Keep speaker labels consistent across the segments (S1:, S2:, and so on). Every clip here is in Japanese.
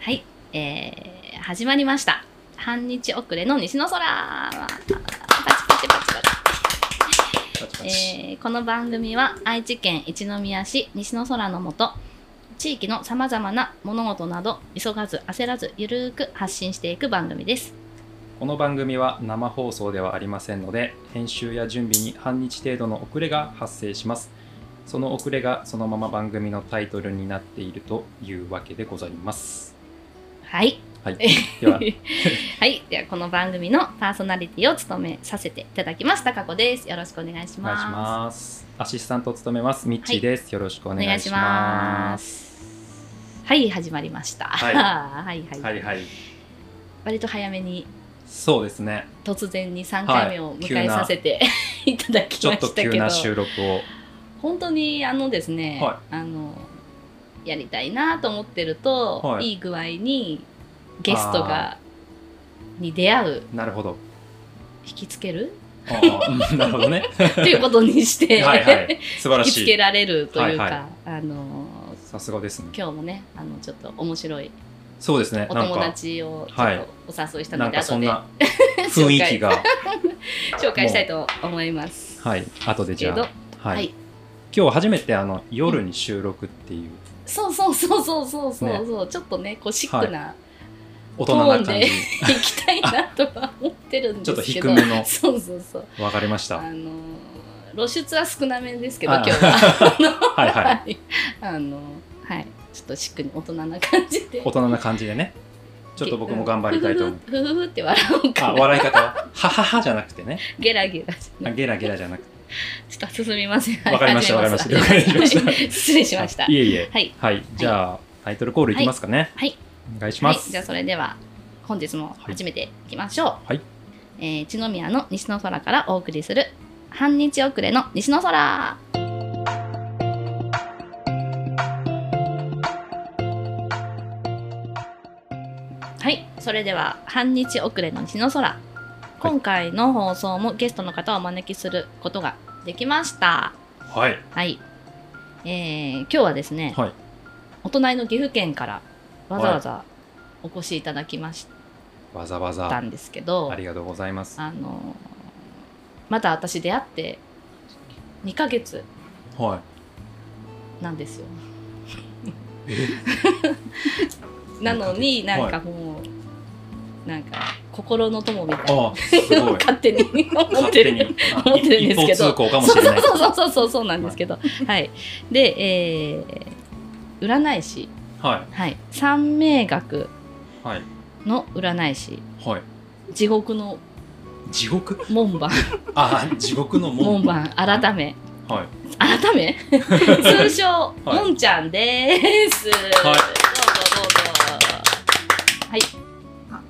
S1: はい、えー、始まりました。半日遅れの西の空パチパチパチパチ。
S2: パチパチ。
S1: えーこの番組は愛知県一宮市西の空の下地域のさまざまな物事など急がず焦らずゆるーく発信していく番組です
S2: この番組は生放送ではありませんので、編集や準備に半日程度の遅れが発生します。その遅れがそのまま番組のタイトルになっているというわけでございます。
S1: はい
S2: はい。では、
S1: はいではこの番組のパーソナリティを務めさせていただきますたかこですよろしくお願いし
S2: お願いし
S1: ま
S2: ます。アシスタントを務めます、ミッチーです。よろしくお
S1: す
S2: 願いします。
S1: すはい始まりました、
S2: はい
S1: はいはい
S2: はいはい。
S1: 割と早めに
S2: そうですね。
S1: 突然に3回目を迎
S2: はい
S1: え
S2: 急な
S1: させて、 い、ただき
S2: ちょ
S1: ま
S2: っ
S1: した
S2: と
S1: け
S2: 急
S1: ど
S2: な収録を。
S1: 本当にあのですね、
S2: は
S1: あのやりたいなと思ってると、
S2: はい
S1: い、い具合にゲストがに出会う
S2: な るほど。
S1: 引きつける
S2: あーなるほどね。
S1: ということにして
S2: はいはい。素晴ら
S1: 引きつ
S2: し
S1: け
S2: い。
S1: られるというか、
S2: はいは
S1: あの
S2: さすがですね。
S1: 今日もねあのちょっと面白い
S2: そうですね。
S1: お
S2: なん
S1: 友
S2: か、
S1: 達をちょ
S2: はい
S1: っとお誘いした
S2: な
S1: の
S2: ん
S1: で、
S2: かそ
S1: 後
S2: ん
S1: で
S2: な 雰囲気が。
S1: 紹介したいと思います。
S2: はい、後でじゃあ、
S1: けど
S2: はい、
S1: はい
S2: 今日初めてあの夜に収録っていう
S1: そうそうそうそうそうそうそう、ちょっとねこうシックな、
S2: 大人な感じ、
S1: 行きたいなとは思ってるんですけど
S2: あちょっと低めの
S1: そうそうそう
S2: わかりま した。
S1: あの露出は少なめですけど
S2: あ
S1: 今日は
S2: はいは、
S1: はいいあのはいちょっとしっくり大人な感じで
S2: 大人な感じでね、ちょっと僕も頑張りたいと思う。
S1: ふふふふふって笑おう
S2: あ、
S1: かな
S2: 笑い方は、はははじゃなくてね、
S1: ゲラゲラじゃな
S2: あ
S1: い
S2: ゲラゲラじゃなくて、
S1: ちょっと進みませんはい
S2: わかりました
S1: 始め
S2: わかりました了解しま
S1: はい 失礼しました
S2: あいえいえ、
S1: はい
S2: はい、じゃあ、タイトルコールいきますかね。
S1: はい、
S2: お願いし
S1: は
S2: ま
S1: い
S2: す。
S1: じゃあそれでは本日も始めていきましょう
S2: はい
S1: えー、一宮の西の空からお送りする半日遅れの西の空はい、それでは半日遅れの西の空。今回の放送もゲストの方をお招きすることができました。
S2: はい、
S1: はい。えー今日はですね、
S2: はい
S1: お隣の岐阜県からわざわざお越しいただきまし
S2: わざわ
S1: た
S2: ざ、
S1: んですけど、
S2: ありがとうございます。
S1: あのーまだ私出会って2ヶ月
S2: は
S1: なんですよ。
S2: い、
S1: なのに
S2: 二ヶ月
S1: なんかもう、なんか心の友みたいな
S2: あ、す
S1: のを
S2: ごい。
S1: 勝手に思っ
S2: 勝
S1: て
S2: 手に
S1: る。思ってるんですけど
S2: 一方通行かもし
S1: そう
S2: れない。
S1: そうそうそうそうそうなんですけど、はい。で、えー占い師、
S2: は
S1: はい、三名学
S2: い、はい、
S1: の占い師、
S2: はい。
S1: 地獄の
S2: 地獄
S1: 門番、
S2: あ、地獄の門
S1: 門番改め、
S2: はい。
S1: 改 め通称、
S2: はい
S1: もんちゃんです、
S2: い
S1: どうぞどうぞはい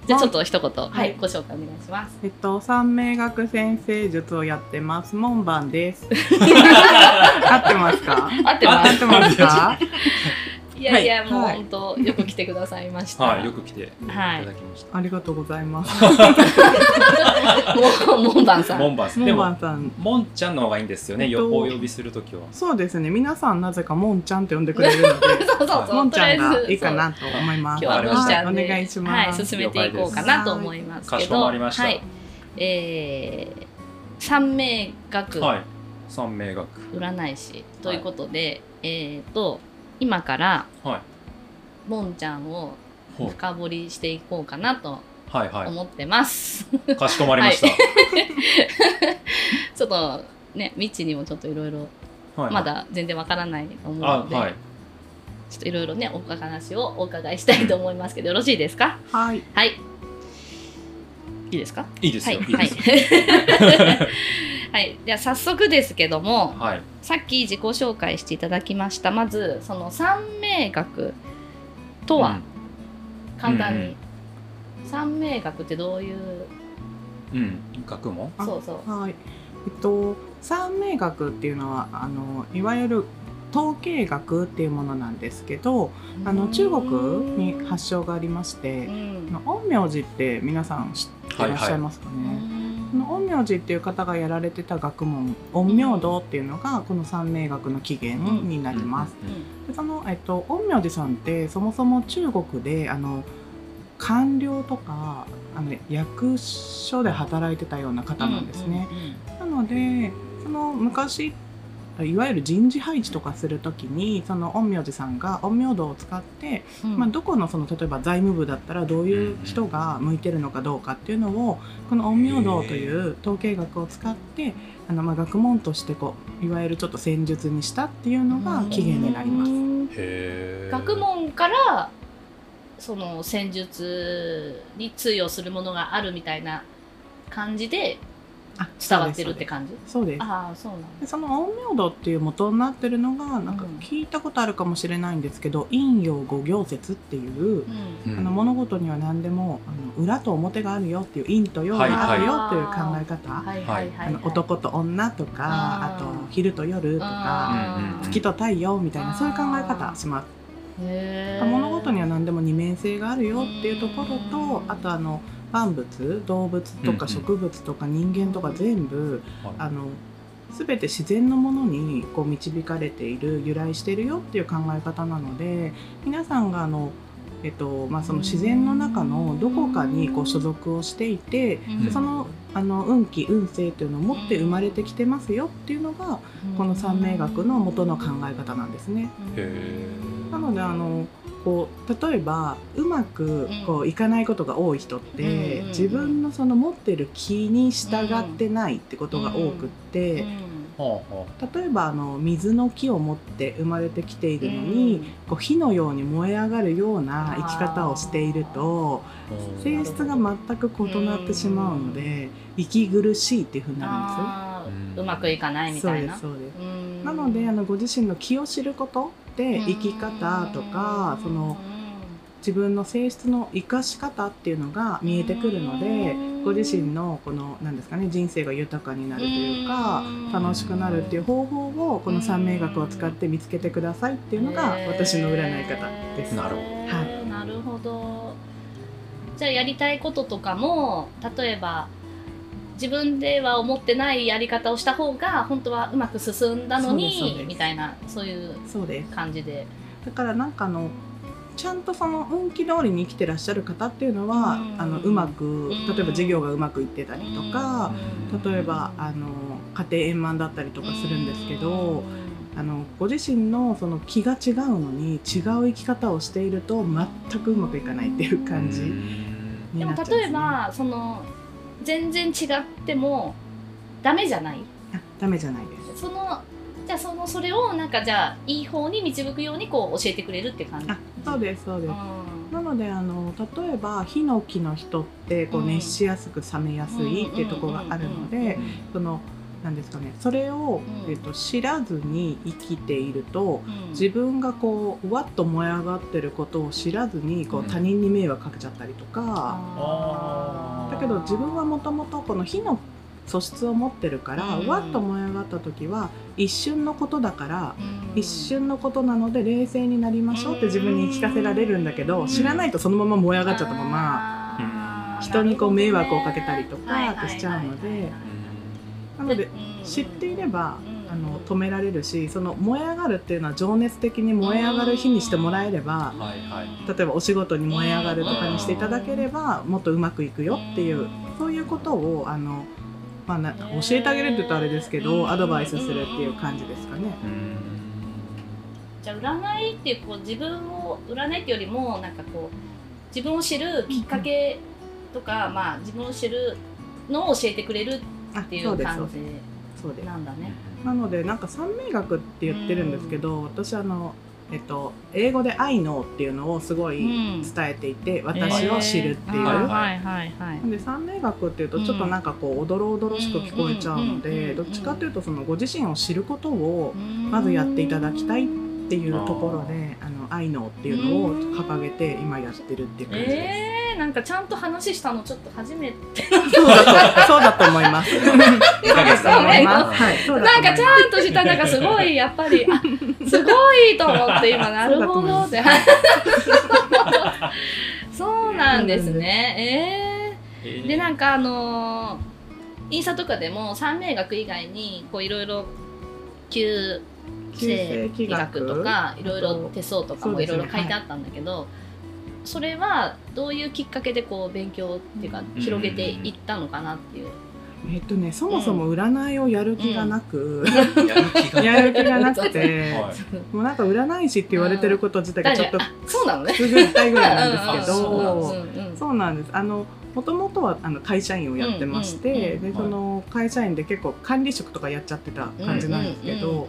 S1: じゃあちょっと一言、は
S3: はいい、
S1: ご紹介お願いします
S3: えっと、三名学先生術をやってます。門番で す。合ってますか。
S1: 合って
S3: 合
S1: ま
S3: ってますか。
S1: すいやいや、もう
S3: はい
S1: 本当よく来てくださいました
S2: はい、よく来てい
S1: はい
S2: ただきまし
S3: ありがとうございます。
S1: もう門番
S2: た。
S1: さん
S2: モンバンさん。で
S3: 門
S2: も
S3: 番、さん。
S2: モンちゃんの方がいいんですよね、
S3: えっ
S2: よ
S3: と
S2: お呼びするときは。
S3: そうですね。皆さんなぜか門ちゃんって呼んでくれるので、
S1: そう そうそ
S3: も
S1: うんと
S3: ち
S1: りあ
S3: ゃ
S1: え
S3: んが
S1: ず
S3: いいかなと思いま
S1: そう
S3: す。
S1: 今日はもんちゃんで、
S3: はいお願いします。
S1: はい、進めていこうかなと思います
S2: か
S1: け
S2: し
S1: ど
S2: こまりました。
S1: は
S2: はいい。
S1: えー、三名学
S2: 三名学。
S1: 占い師ということで、えっ、と今から
S2: はい。
S1: もんちゃんを
S2: ほう
S1: 深掘りしていこうかなと
S2: はいは
S1: 思ってます。
S2: い。かしこまりま した。
S1: ちょっとね、未知にもちょっといろいろ、
S2: はい。
S1: ま。だ全然わからないと思う
S2: あ、
S1: ので、
S2: はい。
S1: ちょっといろいろね、お話をお伺いしたいと思いますけど、よろしいですか
S3: はい。
S1: はい。いいですか
S2: いいです
S1: はい。
S2: よ。いい
S1: は
S2: で
S1: い
S2: すよ。。
S1: はい。では早速ですけども、
S2: はい。
S1: さっき自己紹介していただきました。まず、その三名学とは、簡単
S2: うんう
S1: に、三名学ってどういう、
S2: うん。うん。学問。
S3: あ
S1: そうそう。
S3: はい。えっと、三名学っていうのは、あの、いわゆる。統計学っていうものなんですけど、あの中国に発祥がありまして、
S1: うん
S3: あの陰陽師って皆さん知ってらっしゃいますかね。
S1: うん
S3: その陰陽師っていう方がやられてた学問陰陽道っていうのがこの三名学の起源になります。でその、えっと、陰陽師さんってそもそも中国であの官僚とかあの役所で働いてたような方なんですね。。なのでその昔いわゆる人事配置とかするときにその陰陽師さんが陰陽道を使って、まあ、どこのその例えば財務部だったらどういう人が向いてるのかどうかっていうのをこの陰陽道という統計学を使ってあのまあ学問としてこういわゆるちょっと戦術にしたっていうのが起源になります。
S1: す。
S2: へー
S1: 学問からその戦術に通用するものがあるみたいな感じで
S3: あ
S1: 伝わってるって感じ。
S3: そうですそうです
S1: ああそうなんだ。
S3: でその陰陽道っていう元になってるのがなんか
S1: うん
S3: 聞いたことあるかもしれないんですけど陰陽五行説っていう
S1: うん
S3: あの物事には何でもあの裏と表があるよっていう陰と陽があるよっていう考え方、
S1: はいはいはい。
S3: あの男と女とかあ
S1: あー
S3: と昼と夜とか
S1: あー
S3: 月と太陽みたい
S1: あ
S3: な
S1: ー
S3: そういう考え方します。
S1: へー
S3: 物事には何でも二面性があるよっていうところ
S1: うん
S3: とあとあの万物動物と
S2: うんうん
S3: か植物とか人間とか全部
S2: はい
S3: あの全て自然のものにこう導かれている由来してるよっていう考え方なので皆さんがあの、えっとまあ、その自然の中のどこかにこう所属をしていて
S1: うん
S3: そのあの運気運勢というのを持って生まれてきてますよっていうのがこの三名学の元の考え方なんですね。
S2: へー
S3: なのであのこう例えばうまくこういかないことが多い人っ
S1: う
S3: て
S1: ん
S3: 自分のその持ってる気に従ってないってことが多くって。
S2: はあは
S3: 例えばあの水の木を持って生まれてきているのに、こう火のように燃え上がるような生き方をしていると
S2: あうん
S3: 性質が全く異なってしまうので息苦しいっていうふうにな
S1: あ
S2: う
S1: ー
S2: ん
S1: うまくいかない
S3: る
S1: み
S3: んですよ。
S1: たいな。
S3: そうですそうです
S1: うん
S3: なのであのご自身の気を知ることで生き方とかその自分の性質の生かし方っていうのが見えてくるので
S1: うん
S3: ご自身のこの何ですかね人生が豊かになるというか
S1: うん
S3: 楽しくなるっていう方法をこの三名学を使って見つけてくださいっていうのが
S1: へー
S3: 私の占い方です。
S2: なるほど
S1: はいなるほどじゃあやりたいこととかも例えば自分では思ってないやり方をした方が本当はうまく進んだの
S3: そうですそうで
S1: に
S3: す
S1: みたいなそういう
S3: そうです
S1: 感じで
S3: だからなんかあのちゃんとその運気通りに生きてらっしゃる方っていうのは
S1: うん
S3: あのうまく
S1: ん
S3: 例えば授業がうまくいってたりとか
S1: うん
S3: 例えばあの家庭円満だったりとかするんですけど。あのご自身のその気が違うのに違う生き方をしていると全くうまくいかないっていう感じ
S2: うん
S1: で
S3: にな
S1: も
S3: っちゃうん
S1: 例え
S3: あ
S1: ばその全然違ってもダメじゃない
S3: ダメじゃないです
S1: そのじゃあそのそれをなんかじゃあいい方に導くようにこう教えてくれるっていう感じ
S3: あそうですそうです
S1: うん
S3: なのであの例えばヒノキの人ってこ
S1: う
S3: うん熱しやすく冷めやすいっていうところがあるの
S1: うんうんうんうん
S3: でそのなんですかねそれを、
S1: うん
S3: えっと、知らずに生きていると
S1: うん
S3: 自分がこうわっと燃え上がってることを知らずにこう
S2: うん
S3: 他人に迷惑かけちゃったりとか、
S1: あー
S3: だけど自分はもともとこの火の素質を持ってるから、
S1: うん
S3: わっと燃え上がった時は一瞬のことだから
S1: うん
S3: 一瞬のことなので冷静になりましょうって自分に言い聞かせられるんだけど、
S1: うん
S3: 知らないとそのまま燃え上がっちゃったまま、
S1: あー
S2: 人
S3: にこう迷惑をかけたりとか
S1: はいはいはいはい
S3: しちゃうのでなので
S1: うん
S3: 知っていれば
S1: うん
S3: あの止められるしその燃え上がるっていうのは情熱的に燃え上がる日にしてもらえれば
S2: はいはい
S3: 例えばお仕事に燃え上がるとかにしていただければもっとうまくいくよっていうそういうことをあの、まあ、な教えてあげるって言ったらあれですけどアドバイスするっていう感じですかね。
S2: うん
S1: じゃあ占いっていうこう自分を占いっていうよりもなんかこう自分を知るきっかけとか、まあ自分を知るのを教えてくれる
S3: あ
S1: ってい
S3: そう
S1: う
S3: ですそ
S1: 感
S3: うです
S1: じ
S3: そうです
S1: なんだね。
S3: なのでなんか三名学って言ってるんですけど、私あの、えっと、英語で「I know」っていうのをすごい伝えていて、私を知るっていう。
S2: えー
S3: な
S2: は
S3: ん
S2: いはい
S1: はいはい。
S3: で三名学っていうとちょっとなんかこうおどろおどろしく聞こえちゃうの
S1: うんうんうんう
S3: で
S1: ん
S3: どっちかというとそのご自身を知ることをまずやっていただきたいっていうところで「あの I know」っていうのを掲げて今やってるっていう感じです。
S1: えー、なんかちゃんと話したのちょっと初めて
S3: そうだと、そうだと思います。
S2: 一ヶ月だ
S1: そうね
S3: はい、そうだと
S1: なん
S3: 思いま
S1: かち
S3: す
S1: ゃんとしたなんかすごいやっぱりあすごいと思って今なるほどってそうなんですねえ
S2: え
S1: ー、
S2: ー
S1: でなんかあのーインスタとかでも三名学以外にこういろいろ旧
S3: 旧世紀
S1: 紀
S3: 学
S1: 学とかいろい
S3: あ
S1: ろ
S3: と
S1: 手相とか
S3: そう
S1: も
S3: で
S1: い
S3: す
S1: ろ
S3: ね
S1: いろ書いてあったんだけどそ,、れはどういうきっかけでこう勉強っていうか
S2: うん
S1: 広げていったのかなっていう、
S3: えっとねそもそも占いをやる気がなく、
S2: やる気が
S3: やる気がなくて、
S2: はい
S3: もうなんか占い師って言われてること自体がちょっと
S1: あそうなのね
S3: くすぐったいぐらいなんですけ
S2: うんうんうん
S3: ど
S2: そ。
S1: うんうんうん
S3: そうなんです。あの元々はあの会社員をやってまして、
S1: うん
S2: うん
S3: でその会社員で結構管理職とかやっちゃってた感じなんですけど、
S1: うんうんうん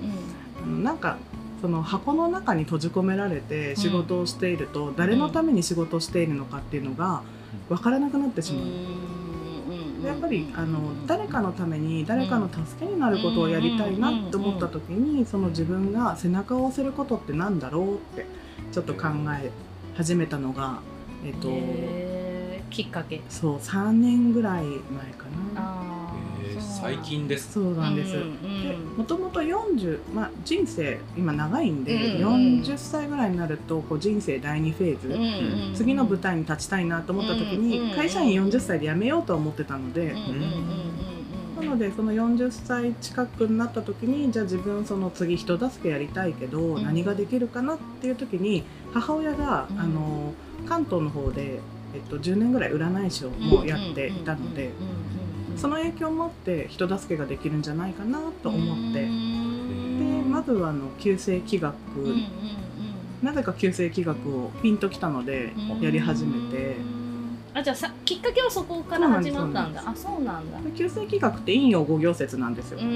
S3: あのなんかその箱の中に閉じ込められて仕事をしていると、誰のために仕事をしているのかっていうのが分からなくなってしまう。
S1: うん
S3: でやっぱりあの誰かのために誰かの助けになることをやりたいなって思った時にその自分が背中を押せることってなんだろうってちょっと考え始めたのが、えっと、
S1: へーきっかけ
S3: そう3年ぐらい前かな
S1: あー
S2: え
S1: そう
S2: ー
S1: なん
S2: 最
S1: だ
S2: 近です。
S3: そうなんです、
S1: うん
S3: でもともと40、まあ、人生今長いんで、
S1: うんうん
S3: 40歳ぐらいになるとこう人生第2フェーズ、
S1: うんうんうん
S3: 次の舞台に立ちたいなと思った
S1: うんう
S3: 時
S1: んう
S3: に
S1: ん
S3: 会社員40歳で辞めようとは思ってたので
S1: うん、うんうんうんうん
S3: なのでその40歳近くになった時にじゃあ自分その次人助けやりたいけど、
S1: ん
S3: 何ができるかなっていう時に母親が、
S1: うん
S3: あの関東の方で、えっと、10年ぐらい占い師をもうやっていたの
S1: う
S3: で。
S1: んうんうんうん
S3: その影響を持って人助けができるんじゃないかなと思って
S1: う
S3: で
S1: ん
S3: まずはあの旧世紀学、
S1: うんうん
S3: なぜか旧世紀学をピンときたので
S1: うんうん
S3: やり始めて
S1: あじゃあさきっかけはそこから始まったんだあそうなんだ
S3: で旧世紀学って陰陽五行説なんですよ、
S1: うんうんう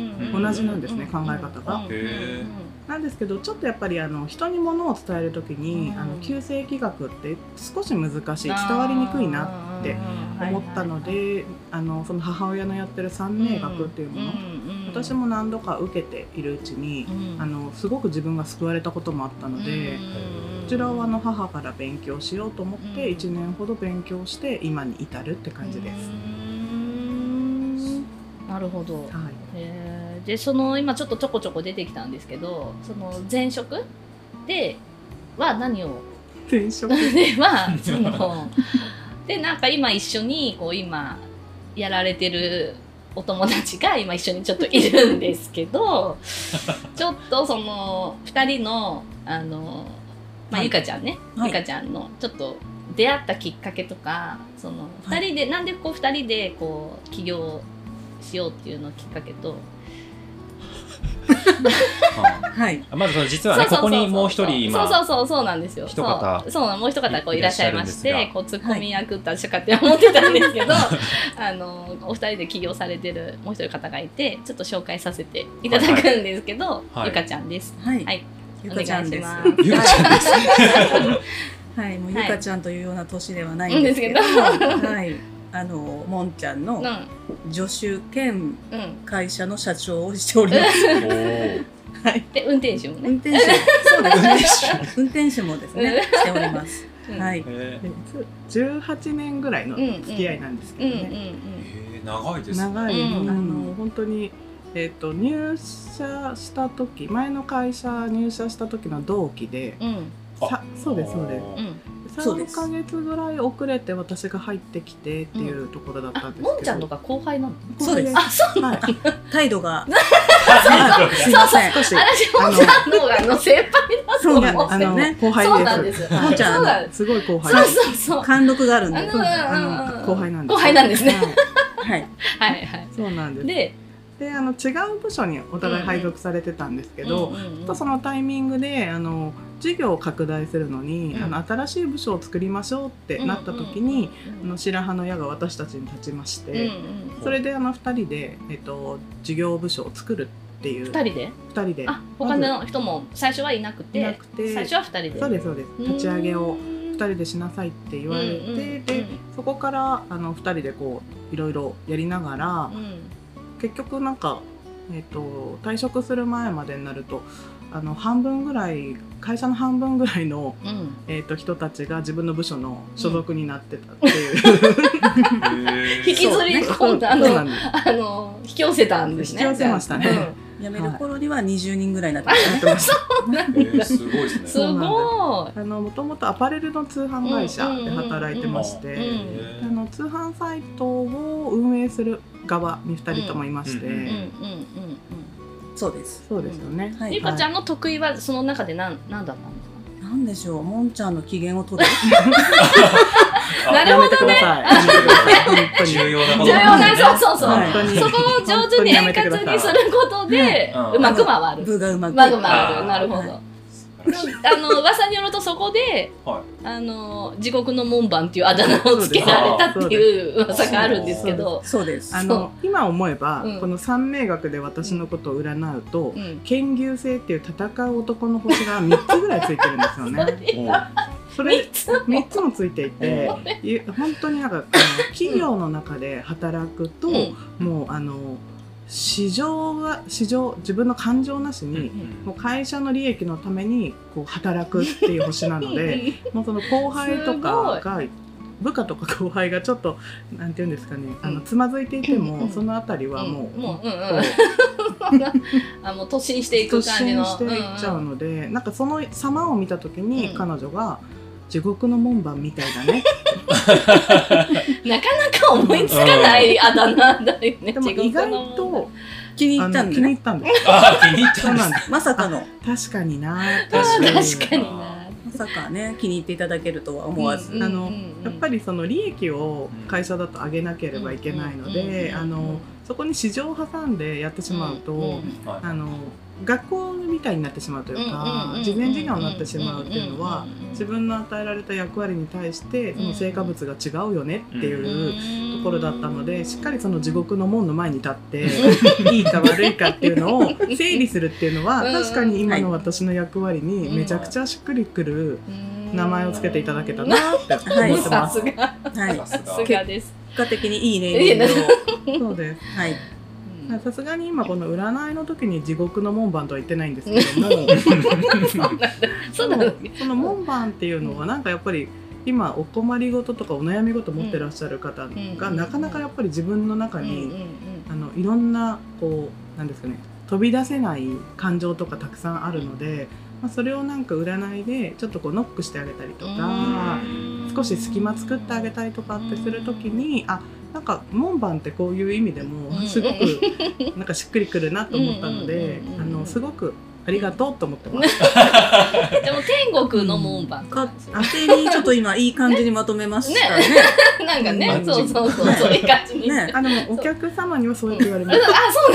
S1: ん
S3: 同じなんですね考え方が
S1: うんうんうん
S2: へ
S3: なんですけどちょっとやっぱりあの人にものを伝える時に、
S1: うん
S3: あの旧世紀学って少し難しい伝わりにくいなって思ったの
S1: うん
S3: であのその母親のやってる三名学っていうもの、
S1: うんうん
S3: 私も何度か受けているうちに
S1: う、ん
S3: あのすごく自分が救われたこともあったので。こちらはあの母から勉強しようと思っ
S1: う
S3: て
S1: ん
S3: 1年ほど勉強して今に至るって感じです。
S1: うんなるほど
S3: はい、
S1: へーでその今ちょっとちょこちょこ出てきたんですけどその前職では何を
S3: 転職
S1: ではそのでなんか今一緒にこう今やられてるお友達が今一緒にちょっといるんですけどちょっとその2人のあの、まあ
S3: はい
S1: ゆかちゃんね、
S3: はい
S1: ゆかちゃんのちょっと出会ったきっかけとかその
S3: は
S1: 2
S3: い
S1: 人で、なんでこう2人でこう起業しようっていうのきっかけと
S2: は
S3: はい、
S2: いまずその実はねここにもう一人今
S1: そうそうそうそうなんですよ
S2: 一方
S1: そうそうなのもう一方こう
S2: い
S1: い
S2: ら
S1: ら
S2: っ
S1: っ
S2: し
S1: し
S2: ゃ
S1: ゃ
S2: る
S1: い
S2: ん
S1: ま
S2: です
S1: し
S2: が
S1: てこうツッコミ役だしかって思ってたんですけど、 あのお二人で起業されてるもう一人方がいてちょっと紹介させていただくんですけど、
S2: はい
S1: ゆかちゃんです、
S4: はい、
S1: はい
S4: ゆかちゃんです。
S1: お願いし
S4: はい
S2: ゆかちゃんです
S4: はい、もうゆ
S1: はい
S4: かちゃんというような年ではないんですけど、
S1: うん
S4: はい、あのもんちゃんの
S1: う
S4: 助手兼
S1: んうん
S4: 会社の社長をしております。
S2: おー
S4: はい、
S1: で運転手もね、
S4: 運転手、そうですね。運転手もですね、しております。
S1: うん、
S4: はいい、
S2: えー
S3: で18年ぐらいの付き合いなんです
S1: うん
S3: け
S1: うん
S3: ど
S1: うん
S3: ね、
S2: えー長いですね
S3: 長い、
S1: うん
S3: あの本当に、えっと入社した時前の会社入社した時の同期で、
S1: うん
S2: あ
S3: さそうですそうです
S1: うん
S4: そうです
S3: 3ヶ月ぐらい遅れて私が入ってきてっていうところだった
S1: あ
S3: んですけど、
S1: もんちゃんとか後輩なの
S4: そうです
S1: あそう
S3: はい、
S4: 態度
S2: あ
S4: がすいません。
S3: 少し
S1: 私もんちゃんの方があの先輩だと
S4: そう
S1: 思
S4: な
S1: って
S3: あ
S4: んですよ
S3: の
S4: ね
S3: 後輩で
S1: そ
S3: す
S1: うなんです
S3: はい
S4: もんちゃん
S1: そうなんです
S3: すごい後輩
S1: そうそうそう
S4: 貫禄があるん
S1: あ
S4: で
S1: の
S4: す。
S3: あの後輩なんです
S1: 後輩なんですね
S3: はい
S4: はい、
S1: はいはい
S3: そうなんです
S1: で
S3: であの違う部署にお互い配属されてたんですけど、
S1: うんうんうん
S3: ちょっとそのタイミングであの事業を拡大するのに、
S1: うん
S3: あの新しい部署を作りましょうってなった時
S1: うんう
S3: に、
S1: んうん
S3: あの白羽の矢が私たちに立ちまし
S1: うんう
S3: て、
S1: ん
S3: それであの2人で、えっと、事業部署を作るっていう
S1: 二人で
S3: 二人で
S1: あ他の人も最初はいなくて
S3: いなくて
S1: 最初は二人で
S3: そうですそうです立ち上げを2人でしなさいって言われて、
S1: うんうんうん
S3: でそこからあの2人でこういろいろやりながら、
S1: うん
S3: 結局なんか、えっと退職する前までになるとあの半分ぐらい会社の半分ぐらいの、
S1: うん
S3: えっと人たちが自分の部署の所属になってたっていう、
S1: 引きずり込んだあ
S3: そう
S1: の
S3: なんです
S1: あの引き寄せたんですね
S3: 引き寄せましたね
S4: 辞める頃には20人ぐらいになってます
S3: やってました
S1: うん
S2: えーすご いですね
S1: すごい
S3: あのもともとアパレルの通販会社で働いてまして、
S1: うんうんうんうん
S2: え
S3: あの通販サイトを運営する側に2人ともいまして、
S2: うんうん
S1: うんうんうん
S4: そうです。
S3: そうですよね、
S4: はい
S1: ゆかちゃんの得意はその中で何何だったんですか
S4: なんでしょう、もんちゃんの機嫌を 取る。
S1: なるほどね。
S3: やめてください本当に
S2: 重要な
S1: 重
S2: こと
S1: 要
S2: だ
S1: な、そう そうそう。
S4: は
S3: 本
S4: い
S3: 当に
S1: そこを上手に円滑にすることで
S2: うん、
S1: うまく回る。
S4: 部がうま
S1: う
S4: く。
S1: まく回る。なるほ
S4: は
S1: ど。あの噂によるとそこで、
S2: は
S1: あの地獄の門番っていうあだ名をつけられたっていう噂があるんですけど、
S4: そうです。
S3: あ
S4: あ
S3: の今思えば、
S1: うん
S3: この三名学で私のことを占うと、
S1: うん、
S3: 剣牛星っていう戦う男の星が3つぐらいついてるんですよ ね。
S2: おう
S3: そ
S1: 三
S3: れ
S1: つも
S3: 3つもついて いて
S2: おう
S3: い本当になんかあの企業の中で働くと、
S1: うん
S3: もうあの市場は市場自分の感情なしに、もう会社の利益のためにこう働くっていう星な のでもうその後輩とかが部下とか後輩がちょっとなんていうんですかねあの
S1: うん
S3: つまずいていても、
S1: うん
S3: そのあたりはもう。
S1: うんもううん
S3: こう
S1: うん、あもう突進していく
S3: 突
S1: 感じの
S3: 進していっちゃうので、なんかその様を見た時
S1: う
S3: に
S1: ん
S3: 彼女が「地獄の門番みたいだね」
S1: うんなかなか思いつかないあだ名だよ ね
S3: でも
S1: 地獄の
S3: 意外と
S4: 気に
S3: あ
S4: 入った
S3: の
S4: ん
S3: 気に
S4: で
S3: 入った んです
S2: あー気に入った
S3: そ
S2: ん
S3: う
S2: です
S3: なん
S2: ね
S3: です
S4: まさかの、
S3: 確かになーって
S1: あ
S2: 確
S1: ー
S2: か に
S1: 確かにな
S4: まさかね、気に入っていただけるとは思わず。
S3: あのやっぱ
S1: り
S3: りその利益を会社だと上げなければいけないのであのそこに市場を挟んでやってしまうと、
S2: はい
S3: あの学校みたいになってしまうというか事前授業になってしまうっていうのは自分の与えられた役割に対してその成果物が違うよねっていうところだったのでしっかりその地獄の門の前に立 っていいか悪いかっていうのを整理するっていうのは
S1: うん
S3: 確かに今の私の役割にめちゃくちゃしっくりくる名前をつけていただけたなって
S4: はい
S3: 思って
S1: さ
S3: ますす。
S1: が
S4: はい。
S2: さ
S4: 結
S2: す
S1: さ
S2: が
S1: すがです、
S4: 果的にいいネーミングを。
S3: そうです
S4: はい。
S1: うん
S3: さすがに今この占いの時に地獄の門番とは言ってないんですけど も
S1: そうなんだ
S3: その門番っていうのはなんかやっぱり今お困りごととかお悩みごと持ってらっしゃる方が
S1: うん
S3: なかなかやっぱり自分の中
S1: うんうん
S3: にあのいろんなこうなんですかね飛び出せない感情とかたくさんあるので、まあ、それをなんか占いでちょっとこうノックしてあげたりとか
S1: うん
S3: 少し隙間作ってあげたりとかってする時にあなんか門番ってこういう意味でも
S1: うん
S3: すごくなんかしっくりくるなと思ったので
S1: うんうんうん
S3: あ
S1: うん
S3: のすごくありがとうと思ってます。
S1: でも天国の門番とかですよね
S4: 勝手にちょっと今いい感じにまとめましたね。
S1: なんかね
S2: う、ん
S1: そうそうそう、そういう感じに。
S4: ね。
S3: あでもお客様にはそうやって言われ
S1: あ
S3: ます、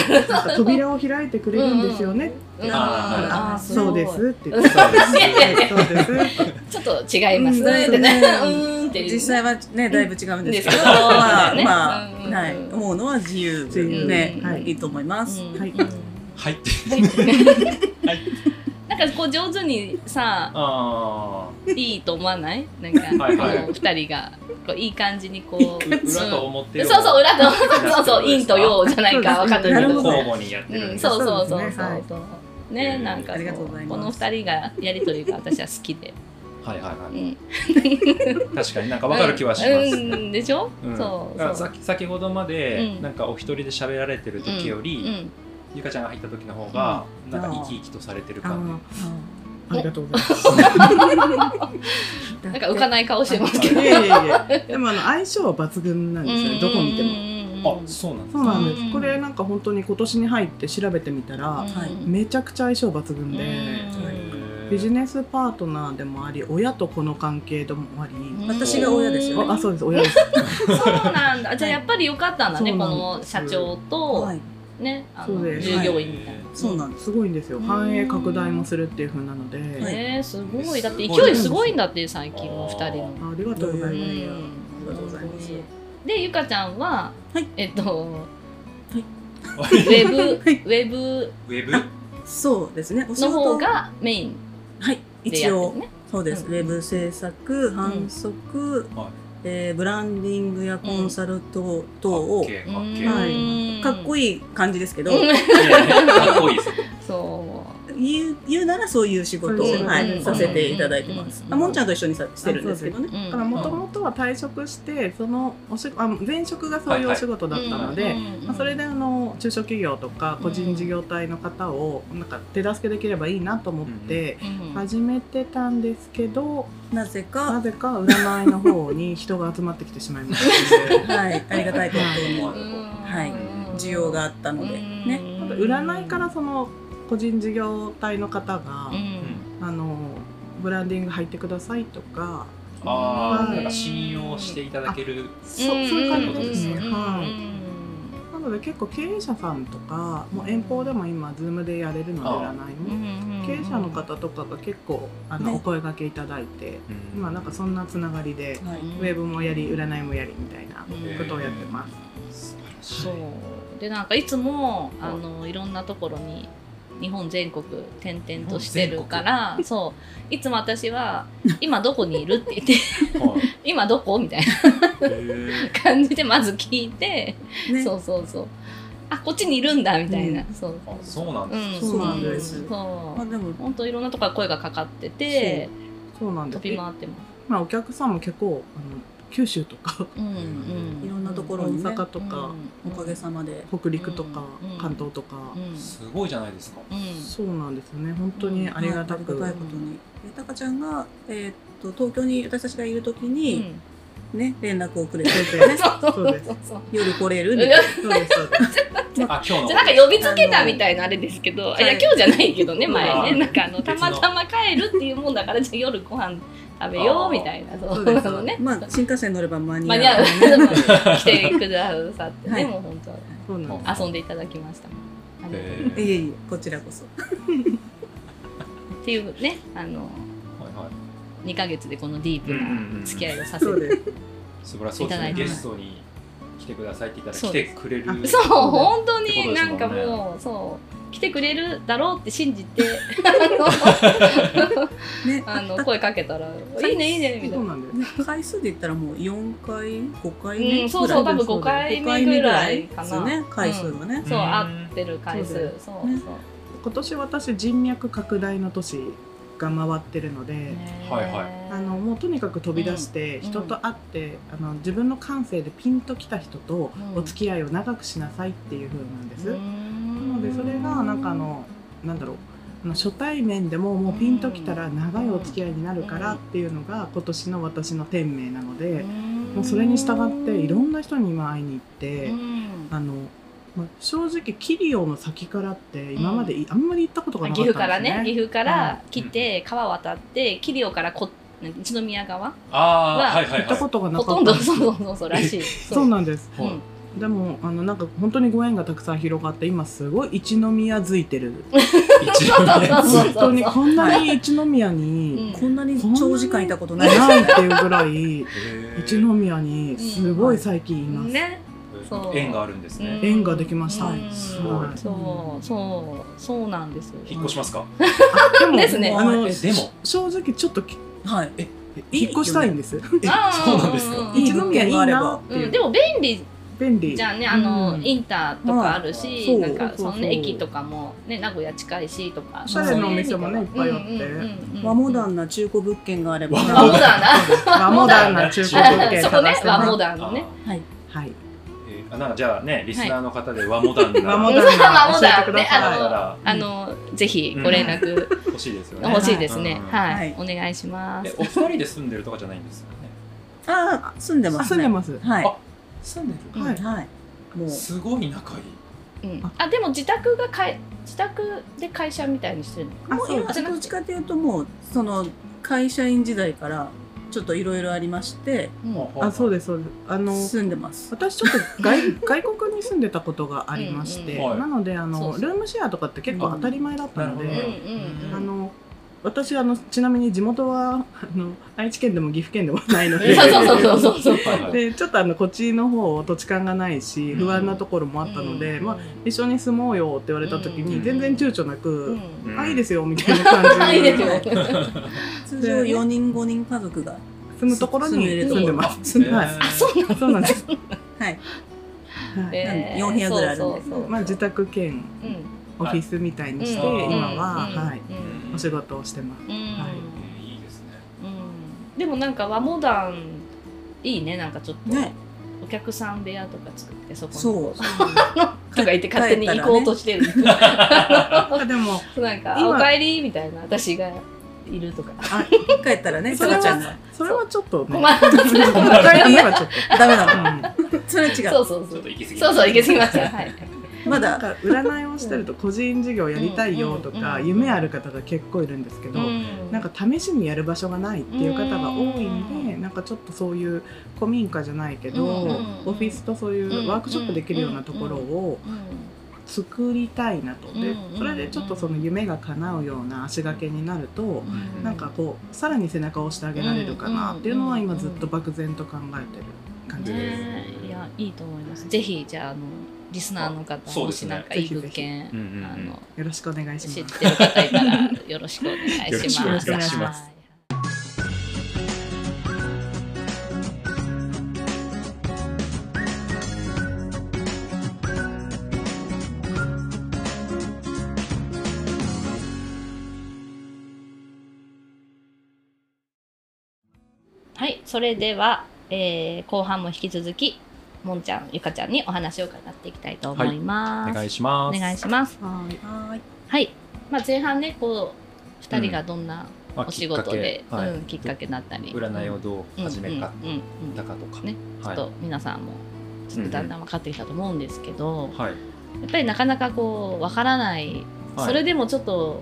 S1: そうなん
S3: な
S1: だ
S3: ん。か扉を開いてくれるんですよね、
S1: うん
S2: あ
S1: あ
S3: そうです
S1: ごい
S3: って言って
S2: そうです
S3: そうですそうです
S1: ちょっと違います
S4: うん
S1: ね。ってねうーんって。
S4: 実際はね、だいぶ違うんですけ
S1: ですけ
S4: ど、
S1: ど
S4: まあ、
S1: ね
S4: まあ
S1: うん
S4: はい、思うのは自由
S3: 自由
S4: ね、
S1: はい
S4: い、いと思います。
S1: うん
S3: はい
S2: 入ってはい
S1: なんかこう上手にさ、
S2: あ
S1: いいと思わないなんか、
S2: はいはい
S1: この二人が、こういい感じにこう。
S2: ー裏と表
S1: うん
S2: を
S1: そうそう、裏と、そうそう、陰と
S2: よ
S1: 陽じゃないか、わかんないけ
S3: なる
S1: ど
S3: ほど
S2: 交互にやってる
S1: うんん、
S2: です
S1: そうそうそ
S3: そう
S1: う
S3: で
S1: そ
S3: すねは
S1: う
S3: い
S1: そう。ね、なんか
S4: ありがと
S1: こ
S4: うございます
S1: この二人がやりとりが私は好きで、
S2: はいはいは
S1: う
S2: い
S1: ん、
S2: 確かになんかわかる気はします、
S1: うんうんでしょ？
S2: うん
S1: そ
S2: だから
S1: うそ
S2: さ
S1: う。
S2: 先ほどまで、
S1: うん
S2: なんかお一人で喋られてる時より、
S1: うん、
S2: ゆかちゃんが入った時の方が、なんか生き生きとされてる
S3: あ
S2: 感
S3: のありがとうございます
S1: なんか浮か
S4: ない。
S1: ない顔してます
S2: う
S1: け
S2: ん
S1: ど。
S3: いやいやいやでもあの相性は抜群なんですよねどこ見ても
S2: じ、
S1: も
S2: あそうなんです
S3: そうなんです、
S1: うん。
S3: これなんか本当に今年に入って調べてみたら、
S4: はい
S3: めちゃくちゃ相性抜群で、ビジ
S2: ネ
S3: ネスパートナーでもあり親と子の関係でもあり、
S4: 私が親ですよ
S3: ああそううです親です
S1: そうなんだ。じゃあやっぱり良かったんだね、
S3: そ
S1: こ
S3: うなんで
S1: の
S3: す
S1: 社長と
S4: はい、
S1: ね、あの
S3: そうです
S1: 従業員みたいな。
S4: そうなんです。
S3: すごいんですよ繁栄拡大もするっていう風なので、
S4: はい
S1: ね、すごい。だって
S2: すご
S1: 勢
S2: い
S1: いすごいんだって最近の二人の。
S3: ありがとうございます、
S4: いやいやいや
S1: うん
S4: ありがとうございます
S1: で、ゆかちゃんは
S4: はい、
S1: えっと、
S2: ウ
S1: ウェブ、ウ
S4: はい
S1: ェブ
S2: ェブ
S4: そうですね。お仕
S1: の
S4: 事
S1: 方がメイン
S4: はい、
S1: でやっ
S4: 一
S1: て
S4: 応
S1: るね。
S4: そうです。
S1: うん
S4: ウェブ制作、販促、
S2: はい
S4: えーブランディングやコンサルト等を、
S2: かっけ
S1: う
S2: ーかっけ
S1: ん
S2: ー
S4: はいかっこ
S1: いい。
S4: いい感じですけど、
S1: うん
S2: いやいやかっこいいです
S1: そう。
S4: 言う言うならそういう仕事を、
S3: そういう仕事
S4: は
S3: う
S4: い、
S3: ん
S4: させていただいてます
S1: う。ん
S4: あもんちゃんと一緒にさしてるんですけどね。
S3: だからもともとは退職してそのおしあ前職がそういうお仕事だったので、まあ、それであの中小企業とか個人事業体の方をなんか手助けできればいいなと思って始めてたんですけど、
S4: なぜ
S3: な
S4: か、
S3: ぜか占いの方に人が集まってきてしまいましたので。
S4: はい、ありがたいことに
S2: は
S4: はい需要があったのでね。
S3: なんか占いからその個人事業体の方が、あのブランディング入ってくださいとか、
S2: あ
S3: は
S2: あ、
S3: い
S2: なんか信用していただける。
S3: そそういう感じですね。
S2: うん
S3: はい。なので結構経営者さんとか、もう遠方でも今ズームでやれるので
S2: あ
S3: 占いも、経営者の方とかが結構あの、
S4: ね
S3: お声掛けいただいて、今なんかそんなつながりで、
S4: はい
S3: ウェブもやり占いもやりみたいな
S1: うん
S3: ことをやってます。
S2: す。素晴らしい
S1: そうでなんかいつもあのいろんなところに日本全国転々としてるからそういつも私は「今どこにいる?」って言って
S2: はい
S1: 「今どこ?」みたいな
S2: へ
S1: 感じでまず聞いて、
S4: ね
S1: そうそうそうあこっちにいるんだみたいな、
S4: う
S1: そう
S2: ーあ、そうなん
S1: う
S2: です。
S1: ん
S4: そうなんです
S1: そ
S4: まあでも
S1: う本当いろんなとこから声がかかってて
S3: そうなんで
S1: 飛
S3: す。
S1: び回ってます、
S3: まあお客さんも結構あの九州とか
S1: うんうん、
S4: いろんなとこ
S3: 大
S4: ろにね
S3: 阪とか、
S4: おかげさまで。
S3: 北陸とか、
S1: うん
S3: 関東とか、
S1: まうん
S2: すごいじゃないですか。
S1: うん
S3: そうなんですよね。本当にありがたく、
S4: はいありがたいことに。えたかちゃんがえーっと東京に私たちがいるときにね連絡をくれてね
S1: そう
S3: そう
S1: で
S3: ですす
S1: そうそう
S4: 夜来れるみたいな。
S1: じ
S3: そうですそうです。
S2: あ、今日の。
S1: ゃあなんか呼びつけたみたいなあれですけど、
S4: はい
S1: い、や今日じゃないけどね
S2: あ
S1: 前
S2: ー
S1: ねなんかあの
S2: 別
S1: た
S2: の
S1: またま帰るっていうもんだからじゃあ夜ご飯食べようみたいなそう
S3: そうです
S1: そうね
S4: まあ新幹線乗れば間に
S1: 間
S4: 合う
S1: に合う
S4: から ね。
S1: 来てくださってね、
S4: はい
S1: もう本当
S3: そうなんです。
S1: 遊んでいただきましたありがとう
S2: へ
S4: い
S2: ー
S4: えいえこちらこそ。
S1: っていうねあの
S2: はいはい。
S1: 2ヶ月でこのディープな付き合いをさせ
S3: そう
S1: て
S3: です。
S2: 素晴らしいそうですね。
S1: いただいて
S2: ゲ
S1: ます
S2: ストに来てくださいって言った
S1: そ
S2: ら
S1: う
S2: 来
S1: で
S2: てくれる。
S1: そう
S2: は
S1: 本当になんか
S2: ってことです
S1: もうそう来てくれるだろうって信じ て
S4: ね
S1: あのあの声かけたら「いいねいいね」みたい
S3: そう
S1: な。
S3: なんです。
S4: ね回数で言ったらもう4回5回目ぐらい、
S1: うん、そうそう多分
S3: そ
S1: 5
S3: うだ
S1: 回目
S4: 5回
S1: ぐ
S4: 目ぐ
S1: ら
S4: ら
S1: い
S4: い
S1: か
S4: で
S1: な
S4: すよね回数がね、
S1: そう
S2: うん
S1: 合ってる回
S3: そう
S1: 数
S3: で
S1: そう
S4: ね
S3: 今年私人脈拡大の年が回ってるので、
S2: はいはい
S3: あのもうとにかく飛び出して
S1: ん
S3: 人と会って、あの自分の感性でピンときた人と
S1: うん
S3: お付き合いを長くしなさいっていう風なんです。な
S1: の
S3: のでそれがなんかあのなんだろう。あの初対面でももうピンときたら長いお付き合いになるからっていうのが今年の私の天命なので、もうそれに従っていろんな人に今会いに行って、あの、まあ、正直キリオの先からって今までいあんまり行ったことがな
S1: 岐
S3: かっ
S1: 阜
S3: た
S1: か
S3: んで
S1: ら
S3: すね。
S1: ね岐阜から来て川渡って桐生からこ一宮川
S2: あ
S1: は
S2: あ、はいはい
S3: 行った
S2: は
S3: ことがな
S1: ほ
S3: か
S1: と
S3: っ
S1: ん
S3: た
S1: ど
S3: んです
S1: そうそうそうらしい
S3: そうな んです。
S2: い。はい
S3: でもあのなんか本当にご縁がたくさん広がって今すごい一宮づいてる。
S2: 一
S1: そう そうそう
S2: 応ね
S3: 本当にこんなに一宮に
S4: こんなに長時間いたことない
S3: ないっていうぐら い
S2: へー
S3: 一宮にすごい最近います。
S1: ねそう
S2: 縁があるんですね。
S3: 縁ができました
S1: うん
S2: すごい
S1: そうそうそうなんですよ
S2: 引っ越しますか。
S3: あでも
S1: ですね
S3: あの
S2: えでも
S3: 正直ちょっとき
S4: はい
S2: え
S3: 引っ越したいんです。
S1: あー
S2: そうなんですか
S4: いい
S3: 一
S4: 物
S3: 宮い
S4: 件
S3: い
S4: があれば
S3: なっていう
S1: うん、でも便利
S3: 便利。
S1: じゃあねあの、
S3: うん
S1: インターとかあるし、
S3: はい
S1: なんか
S3: そう
S1: そ
S3: そうそう
S1: のね駅とかもね名古屋近いしとか
S3: お
S4: しゃれなお
S3: 店もねいっぱいあって
S4: 和モダ
S1: ン
S4: ンな中古物件があれば
S1: 和モ
S2: 和
S1: ダンな
S3: まあモダンな中古物件
S1: そこね
S3: 探して
S1: 和
S3: ま
S1: モ
S3: す。
S1: ダンのね
S4: はい
S3: はい。
S2: えーあなんかじゃあねリスナーの方で和モダンな
S3: 和
S1: 和
S3: モ
S1: モ
S3: ダン
S1: ダン
S3: な
S1: 和モ
S3: 教え
S1: ダ
S3: て
S1: ン
S3: く
S1: ね
S3: ださい
S1: あのあのぜひご連絡
S2: 欲しいですよね。
S1: 欲しいですね、
S2: うん
S1: はい、
S4: はい
S1: お願いしま
S2: え
S1: す
S2: お二人で住んでるとかじゃないんですよね。
S4: あー住んでます、ね、
S3: 住んでます。
S4: はい
S2: あ住んで
S3: はい
S4: はいもう
S2: すごい仲いい。
S1: うんあでも自宅がかい自宅で会社みたいにしてるの
S3: あ
S4: もう
S3: そう
S4: 今どっちかというともうその会社員時代からちょっといろいろありまして
S1: うん
S3: あそう
S2: で
S3: ですそうです。あの
S4: 住んでます
S3: 私ちょっと外外 国に住んでたことがありまして、
S2: うんうんはい
S3: なのであの
S1: そうそう
S3: ルームシェアとかって結構当たり前だったので、
S2: うんなるほ
S1: うんうん
S3: あの私あのちなみに地元はあの愛知県でも岐阜県でもないの
S1: う
S3: で。
S1: んそうそうそうそう
S2: はいはい。
S3: でちょっとあのこっちの方土地勘がないし
S2: うん
S3: 不安なところもあったので、まあ、一緒に住もうよって言われた時
S2: う
S3: に
S2: ん
S3: 全然躊躇な
S1: う
S3: く
S1: ん
S3: 「あいいですよ」みたいな感じ
S1: あいいですよ
S4: 通常4人5人家族が
S3: 住むところに住んでます。
S2: す
S3: はい
S1: あそう なんだ
S3: そうなん です、
S4: はい
S3: はい
S4: なんで四部屋ぐらいあるんで
S1: そうそうそう
S3: まあ、自宅
S1: う
S3: 兼
S1: ん
S3: オフィスみたいにして
S2: うん
S3: 今は、はい、
S1: うん
S3: お仕事をしてます。
S1: うん
S3: はい
S2: えーいいですね。
S1: うんでもなんか和モダンいいねなんかちょっと、
S4: ね
S1: お客さん部屋とか作ってそこに
S4: そう
S1: とか言って勝手に行こうとしてる、
S3: あでも
S1: なんか「
S3: 今
S1: おかえり」みたいな私がいるとか
S4: 帰ったらね
S3: そ
S4: さ
S3: れは
S4: らちゃんが
S3: それはちょっとね
S1: 困。る
S3: お帰りはちょっ
S4: ダメな
S3: と。
S4: のそれは違
S1: そううそう
S2: ち
S1: そ
S2: ょ
S1: う
S2: っと行き過ぎ
S1: そうそう行き過ぎましたはい
S3: うん
S4: ま
S3: なん
S4: だ
S3: か占いをしてると個人事業やりたいよと
S1: う
S3: か
S1: ん
S3: 夢ある方が結構いるんですけど。
S1: うん
S3: なんか試しにやる場所がないっていう方が多いんで
S1: う
S3: なんかちょっとそういう古民家じゃないけど
S1: うん
S3: オフィスとそういうワークショップできるようなところを
S1: うん
S3: 作りたいなとで
S1: うん
S3: それでちょっとその夢が叶うような足掛けになると
S1: うん
S3: なんかこうさらに背中を押してあげられるかなっていうのは今ずっと漠然と考えてる感じです。
S1: ねいやいいと思いますぜひじゃああのリスナーの
S2: あ
S1: 方
S2: そう
S1: も
S2: です
S1: し
S2: ね
S1: なんかいい物件
S2: うんうんうん
S1: あの
S3: よろしくお願いし
S1: 知っ
S3: ます。
S1: てる方いたらよろしくお願いします。
S2: よ
S3: ろしくお願いし
S2: ます
S1: はいはい、それでは、えー後半も引き続き、もんちゃん、ゆかちゃんにお話を伺っていきたいと思います。
S2: お願いします。
S1: お願いします。
S3: はい
S4: はい
S1: はい、まあ、前半ねこう2人がどんな
S2: まあ
S1: お仕事で、
S2: きっかけはい
S1: うん、きっかけだったり
S2: 占いをどう始めるか
S1: うんうんうん
S2: たかとか。
S1: ねちょ
S2: は
S1: っ
S2: い
S1: と皆さんもちょっとだんだん分かってきたと思うんですけど、や
S2: はい。
S1: っぱりなかなかこう分からない、
S2: はい
S1: それでもちょっと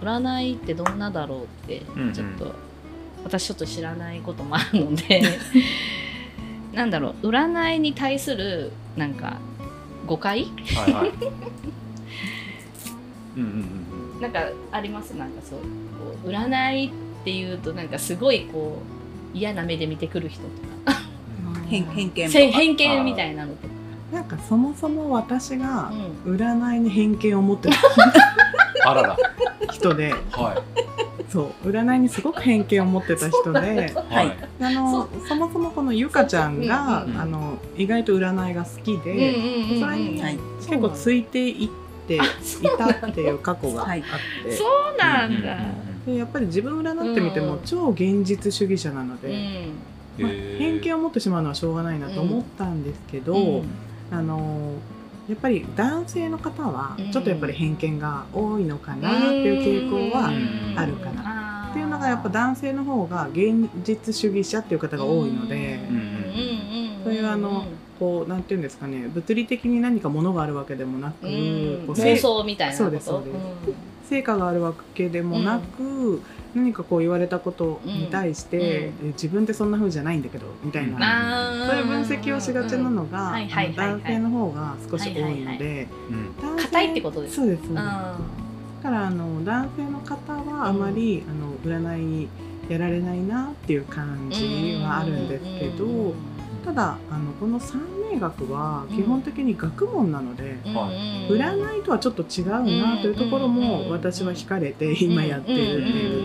S1: 占いってどんなだろうって、
S2: うんうん
S1: ちょっと私ちょっと知らないこともあるの でなんだろう占いに対するなんか誤解
S2: はい はい。うんうんうんうん。
S1: なんかありますなんかそうこう占いっていうとなんかすごいこう嫌な目で見てくる人とか
S4: 偏偏見
S1: せん
S4: とか
S1: 偏見みたいなのとか、
S3: なんかそもそも私が
S1: うん
S3: 占いに偏見を持ってる
S2: あらら。
S3: 人 で
S2: は
S3: そう占いにすごく偏見を持ってた人で
S2: い。はい。
S4: はい
S3: あのそもそもこのゆかちゃんが、
S1: そう
S2: うん
S3: あの意外と占いが好き
S1: うんうん
S3: で、
S1: うんうん
S3: それに
S4: はい
S3: 結構ついていっていたっていう過去があ
S4: は
S3: っ
S4: い
S3: て、
S1: そうなんだ、
S3: でやっぱり自分占ってみても
S1: うん
S3: 超現実主義者なの
S1: うん
S3: で、
S2: うん
S3: ま
S2: へ
S3: あ
S2: ー
S3: 偏見を持ってしまうのはしょうがないなと思ったんですけど、
S1: ん
S3: あのやっぱり男性の方は
S1: うん
S3: ちょっとやっぱり偏見が多いのかなっていう傾向は
S2: うん
S3: あるかな
S1: な
S3: っていうのがやっぱ男性の方が現実主義者っていう方が多いので
S2: ん
S3: そういうあのこうなんていうんですかね物理的に何かものがあるわけでもなく
S1: うん
S3: こう
S1: 妄
S3: 成
S1: 想みたいなこと
S3: そうですそうです成果があるわけでもなく何かこう言われたことに対してえ自分ってそんな風じゃないんだけどみたい
S2: うんま
S3: な
S1: あー
S3: そういう分析をしがちなの
S1: うん
S3: が
S1: はいはいはいはい
S3: あの男性の方が少し多いので
S2: うん
S3: 男性
S1: 硬いってことです
S3: そうですそう
S1: う
S3: で
S1: ん
S3: すだからあの男性の方はあまり、あの占いにやられないなっていう感じはあるんですけど、
S1: うんうん
S3: ただあのこの三名学は基本的に学問なので、
S1: うんうん
S3: 占いとはちょっと違うなというところ
S1: うん
S3: も私は惹かれて今やってるっていう。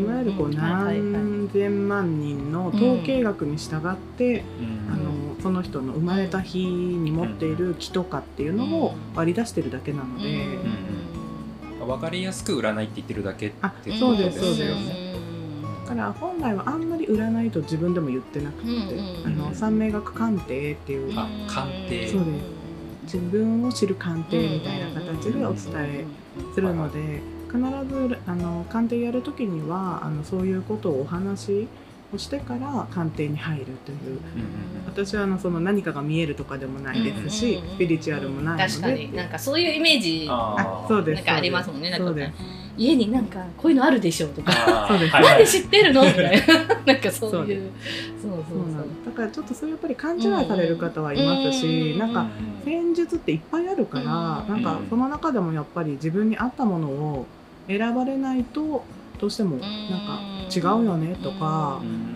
S3: いわゆるこう何千万人の統計学に従って、
S2: うん
S3: あのその人の生まれた日に持っている木とかっていうのを割り出してるだけなので、
S2: わかりやすく占いって言ってるだけ
S3: あ
S2: ってこ
S3: そ
S2: と
S3: うですそうです
S2: よね。
S3: だから本来はあんまり占いと自分でも言ってなくて、
S1: うん
S3: あの三名学鑑定っていう、
S2: あ鑑定
S3: そうです自分を知る鑑定みたいな形でお伝えするので、必ずあの鑑定やる時にはあのそういうことをお話をしてから鑑定に入るという私はあのその何かが見えるとかでもないですし、スピリチュアルもないの
S1: 確
S3: で
S1: かになんかそういうイメージ
S2: あー
S3: あそうです
S1: なんかありますもんねなんか
S3: そうです
S1: 家になんかこういうのあるでしょとか
S2: あー
S3: そうです
S2: はい
S1: な
S2: は
S1: ん
S2: い
S1: で知ってるのみたいななんかそういうそうそ
S3: そうう
S1: そ
S3: なの
S1: う
S3: だからちょっとそういうやっぱり勘違いされる方はいますし、
S1: うん
S3: なんか戦術っていっぱいあるから、
S1: うん
S3: なんかその中でもやっぱり自分に合ったものを選ばれないとどうしてもなんか違うよねとか、
S2: うん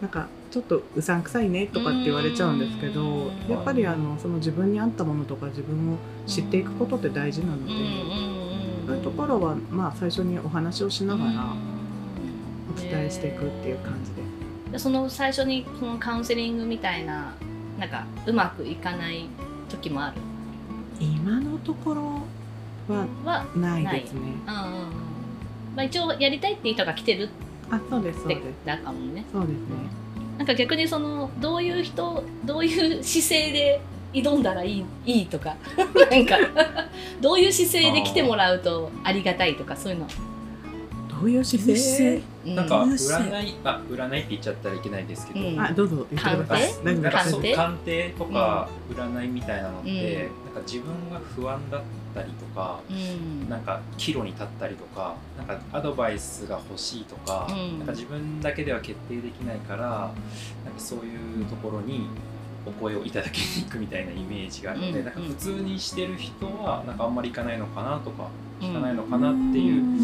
S3: なんかちょっとうさんくさいねとかって言われちゃうんですけど、
S1: うん
S3: やっぱりあのその自分に合ったものとか自分を知っていくことって大事なので、そういうところはまあ最初にお話をしながらお伝えしていくっていう感じで。
S1: でその最初にそのカウンセリングみたいななんかうまくいかない時もある
S3: い今のところは
S1: は、
S3: ないですね。
S1: うんうんうんまあ、一応やりたいっていう人が来てる
S3: あ、そうで
S1: っ
S3: す、そう
S1: て
S3: です。
S1: だかもね
S3: そうですね。
S1: なんか逆にそのどういう人どういう姿勢で挑んだらいいいいとか なんかどういう姿勢で来てもらうとありがたいとかそういうの、
S3: どういう姿勢？
S1: うん、
S2: なんか
S4: うん
S2: 占いあ占いって言っちゃったらいけないですけど、
S1: うん
S2: なん
S3: あ、どうぞ言ってください。
S1: 鑑定
S3: 大丈夫
S2: か
S3: です
S2: そう
S1: 鑑定
S2: 鑑定とか占いみたいなのって、
S1: う
S2: なんか自分が不安だったりとか、
S1: うん
S2: なんか岐路に立ったりとかなんかアドバイスが欲しいとか,、
S1: うん
S2: なんか自分だけでは決定できないからなんかそういうところにお声をいただきに行くみたいなイメージがあるので、
S1: うん
S2: なんか普通にしてる人はなんかあんまり行かないのかなとか
S1: うん
S2: 聞かないのかなっていううん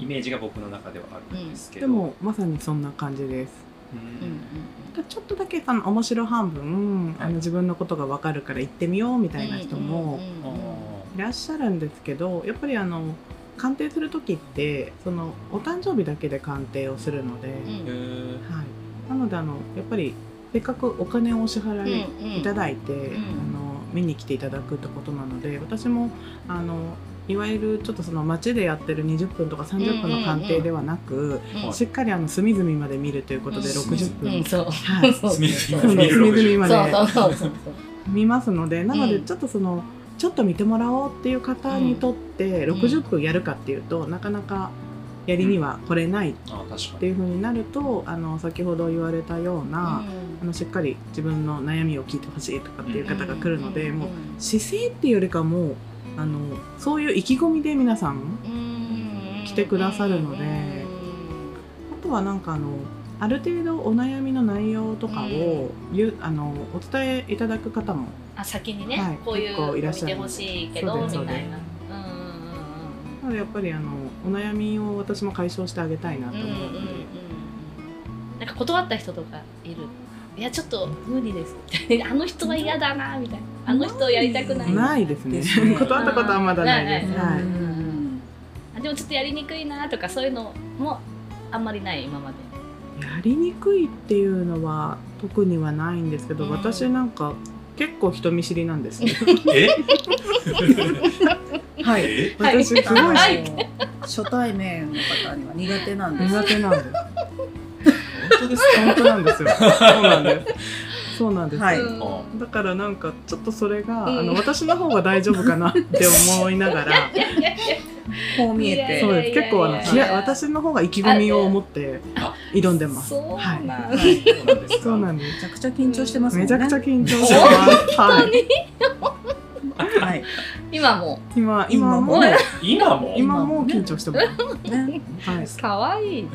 S2: イメージが僕の中ではあるんですけ
S3: で
S2: ど、
S3: もまさにそんな感じです。
S2: うん
S1: うん
S3: ちょっとだけその面白半分、あ
S2: はい
S3: の自分のことがわかるから行ってみようみたいな人も
S1: うん
S2: あ
S3: いらっしゃるんですけど、やっぱりあの鑑定する時ってそのお誕生日だけで鑑定をするので、
S1: うん
S2: ーへー
S3: はい。なのであのやっぱりせっかくお金をお支払い、
S1: うんうん
S3: いただいて、
S1: ん
S3: あの見に来ていただくってことなので私もあのいわゆるちょっとその街でやってる20分とか30分の鑑定ではなく、
S1: うん
S3: しっかりあの隅々まで見るということで
S1: うん
S3: 60分、
S1: うんそう
S3: はい、
S1: そう
S2: 隅
S1: そうそ
S2: 々
S1: う
S2: まで見る
S3: 隅々まで
S1: そうそうそうそう
S3: 見ますのでなので
S1: うん
S3: ちょっとその、ちょっと見てもらおうっていう方にとって
S1: うん
S3: 60分やるかっていうと、なかなかやりには来れないっ
S2: あ確か
S3: て
S2: に
S3: いうふうになるとあの先ほど言われたような、あのしっかり自分の悩みを聞いてほしいとかっていう方が来るので、もう姿勢っていうよりかもうあのそういう意気込みで皆さん
S1: うん
S3: 来てくださるのであとはなんかあのある程度お悩みの内容とかを、ゆあのお伝えいただく方も
S1: あ先にね、
S3: はい
S1: こういう
S3: 結構いら
S1: 見
S3: っしゃ
S1: て
S3: る
S1: ほしいけど
S3: そう
S1: み
S3: です
S1: たい
S3: そ
S1: う
S3: です
S1: なうんうん
S3: なのでやっぱりあのお悩みを私も解消してあげたいなと
S1: うんうんうんうん
S3: 思うので、
S1: うんなんか断った人とかいるいやちょっと無理ですみたいなあの人は嫌だなみたいなあの人やりたくない
S3: ないですね
S4: ですね
S3: 断ったことはまだないです、
S1: うん
S3: は
S1: う
S3: い
S1: んあでもちょっとやりにくいなとかそういうのもあんまりない今まで
S3: やりにくいっていうのは特にはないんですけど、
S1: うん
S3: 私なんか結構人見知りなん ですね
S2: え
S3: はい
S2: え
S1: はい
S3: 私すごい
S4: あの
S1: は
S3: 苦
S1: い
S4: 初対面の方には苦手なんです。
S3: 手なんです
S2: 本当ですか
S3: 本当なんですよ。そうなんです。そうなんです。
S4: はい
S1: うん
S2: あ
S3: だからなんかちょっとそれが、
S1: うん
S3: あの私の方が大丈夫かなって思いながら、
S1: いやいや
S4: こう見え
S1: いや
S4: て
S1: い
S3: そ
S1: や
S3: う
S1: いや
S3: です。結構あの
S1: いやいや
S3: 気合私の方が意気込みを持って
S2: あ
S3: 挑んでます。
S1: そうなん、
S3: は
S2: そうなんですか
S3: そうなんで
S4: めちゃくちゃ緊張してます
S3: す。
S4: もん
S3: め
S4: ね。
S3: ちゃくちゃ緊張 してます。はい。
S4: はい。
S1: 今も
S3: 今今
S4: 今
S3: も
S4: も
S1: ね
S2: 今も
S3: 今も緊張してます。
S4: ね。
S3: はい。
S1: 可愛い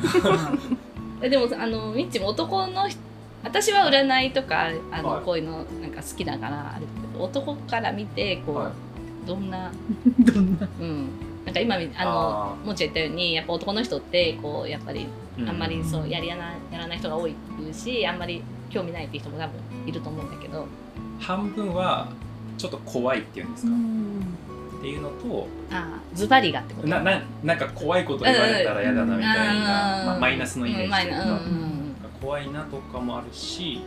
S1: えでもあのミッチも男の人私は占いとかあの、
S2: はい
S1: こういうのなんか好きだからあれだけど男から見てこう、
S2: はい
S1: どんな、
S4: どんな。
S1: うん、なんか今みあの
S2: あ
S1: もっちゃん言ったようにやっぱ男の人ってこうやっぱり
S2: ー
S1: あんまりそう
S3: うん
S1: やりやなやらない人が多いっていうしあんまり興味ないっていう人も多分いると思うんだけど
S2: 半分はちょっと怖いっていうんですか、っていうのと
S1: あーズバリがってこと
S2: なななんか怖いこと言われたら嫌だなみたいな、
S1: うん
S2: まあマイナスのイメージという
S1: うんマイナ
S2: か
S1: うんうん
S2: 怖いなとかもあるし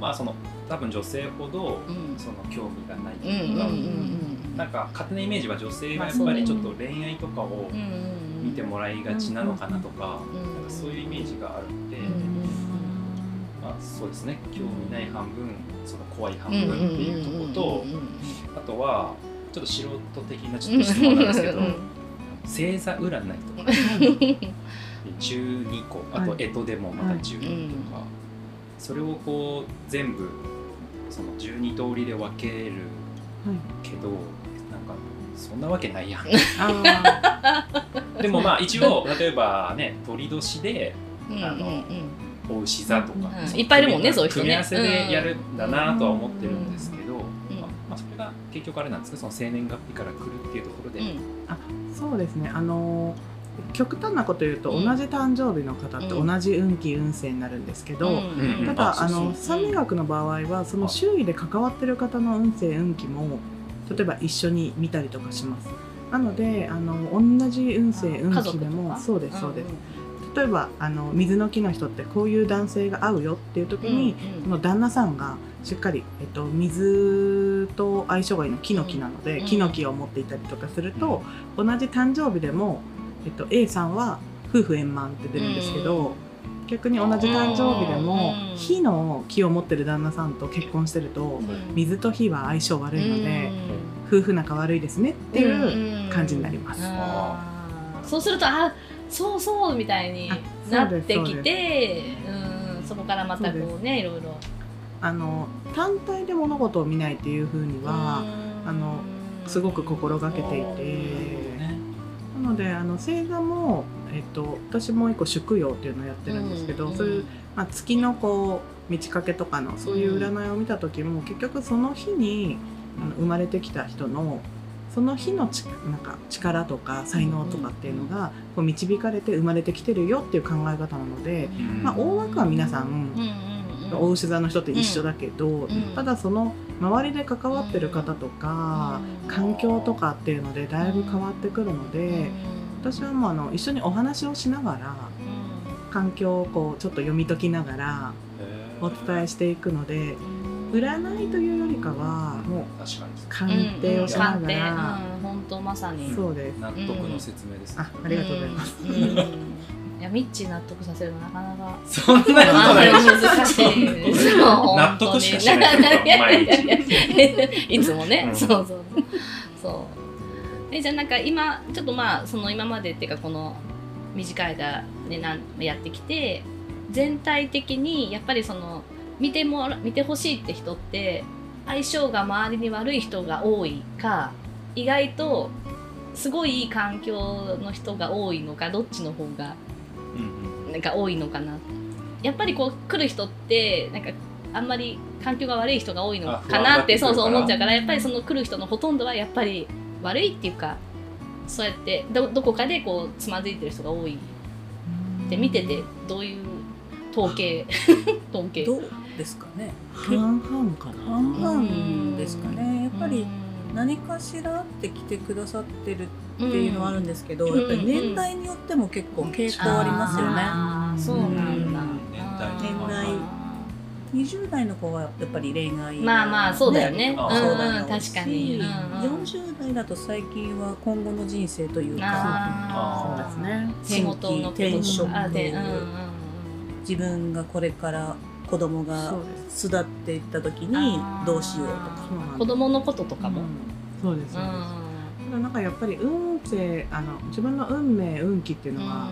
S2: まあその多分女性ほど
S1: うんうん
S2: その興味がないと
S1: うんうんう
S2: いう
S1: ん
S2: か、
S1: うん
S2: なんか勝手なイメージは女性は
S1: まあ
S2: や
S1: そ
S2: っ
S1: う
S2: ぱ
S1: だよね
S2: りちょっと恋愛とかを
S1: うんうんうん
S2: 見てもらいがちなのかなとか,、
S1: ん
S2: なんかそういうイメージがあるので、
S1: うん
S2: まあそうですね興味ない半分その怖い半分っていうとこ
S1: う
S2: と、
S1: んうんうんうん
S2: あとはちょっと素人的なちょっと質問なんですけど
S1: うんうんうん
S2: 星座占いとか12個あと
S3: はい
S2: 干支でもまた12とか、それをこう全部その12通りで分けるけどなんかそんなわけないやん
S3: あ
S2: でもまあ一応例えばね鳥年で
S1: うん
S2: あの
S1: うん
S2: お牛座とか、
S1: うん
S2: その
S1: いっぱいいるもんねそういう人ね
S2: 組み合わせでやるんだなとは思ってるんですけど、
S1: うん
S2: まあまあ、それが結局あれなんですかその生年月日から来るっていうところで、
S1: うんうん
S3: ーあそうですね。あの極端なこと言うと、
S1: うん
S3: 同じ誕生日の方って同じ運気運勢になるんですけど。
S2: うん
S3: た
S2: あ
S3: だ
S2: そう
S3: あ
S2: そう
S3: の三名学の場合はその周囲で関わってる方の運勢運気も例えば一緒に見たりとかしますなのであの同じ運勢
S1: あ
S3: 運
S1: 家
S3: 気
S1: 族
S3: で
S1: と
S3: も
S1: か
S3: そうですそうです、例えばあの水の木の人ってこういう男性が合うよっていう時に、その旦那さんがしっかり、えっと、水と相性がいいの木の木なので、
S1: うん
S3: 木の木を持っていたりとかすると、同じ誕生日でも、えっと、A さんは夫婦円満って出るんですけど、逆に同じ誕生日でも、
S1: うん
S3: 火の木を持ってる旦那さんと結婚してると、水と火は相性悪いので、夫婦仲悪いですねっていう感じになります。
S1: あーそうするとあそうそうみたいに
S3: あ
S1: なっ
S3: そうです
S1: てきてうんそこからまたこうねいろいろ
S3: あの単体で物事を見ないっていう風には、
S1: うん
S3: あのすごく心がけていて。なのであの星座も、えっと、私もう一個祝陽っていうのをやってるんですけど、
S1: うん
S3: そういう、まあ、月のこう満ち欠けとかのそういう占いを見た時も、結局その日にあの生まれてきた人のその日のちなんか力とか才能とかっていうのが、こう導かれて生まれてきてるよっていう考え方なので、
S2: ん
S3: まあ、大枠は皆さ
S1: うん
S3: ん、
S1: うんうん
S3: 大牛座の人って一緒だけど、
S1: ん
S3: ただその周りで関わってる方とか、
S1: うん
S3: 環境とかっていうのでだいぶ変わってくるので。私はもうあの一緒にお話をしながら
S1: うん
S3: 環境をこうちょっと読み解きながらお伝えしていくので占いというよりかはもう
S2: 確かに
S3: 鑑定をしながら、
S1: うん本当まさに
S3: そうです
S2: 納得の説明です、ね
S3: あありがとうございます、
S1: うんうんいやミッチー納得させるのなかなか
S2: そんなことない
S1: あんまり難し いですよ
S2: 納得しかしないから
S1: 本当に
S2: 毎日
S1: いつもね、
S2: うん
S1: そうそうそうそうえじゃあなんか今ちょっとまあその今までっていうかこの短い間、ね、なんやってきて全体的にやっぱりその見てもら見てほしいって人って相性が周りに悪い人が多いか意外とすごいいい環境の人が多いのかどっちの方が
S2: うん
S1: なんか多いのかなやっぱりこう来る人ってなんかあんまり環境が悪い人が多いのかなって
S2: あ不
S1: そ
S2: 安
S1: う
S2: にな
S1: そう思
S2: ってくるから
S1: っちゃうからやっぱりその来る人のほとんどはやっぱり悪いっていうかそうやってどどこかでこうつまずいてる人が多いって見ててどういう統計統計
S4: どうですかね
S3: 半々かな
S4: 半々ですかねやっぱり
S1: うん
S4: 何かしらって来てくださってるっていうのはあるんですけど、
S1: うん
S4: やっぱり年代によっても結構傾向ありますよね。
S1: あーそうなんだ
S2: うん年代
S4: 年代20代の子はやっぱり恋愛
S1: まあまあそうだよね
S2: ね
S1: うん
S2: そううん
S1: 確かに、うんうん
S4: 40代だと最近は今後の人生というか
S1: あー
S3: そうです
S1: 仕
S3: ね
S1: 事のこと
S4: 転
S1: と
S4: 機
S1: かあ
S4: 転
S1: でう
S4: 職
S1: んうんうん
S4: 自分がこれから子供が
S3: そうです
S4: 巣立っていった時にどうしようとか
S3: そうなんです
S1: 子供のこととか
S3: う
S1: も、
S3: んそうです
S1: う
S3: そうです、
S1: ん
S3: ただなんかやっぱり運勢あの自分の運命運気っていうのが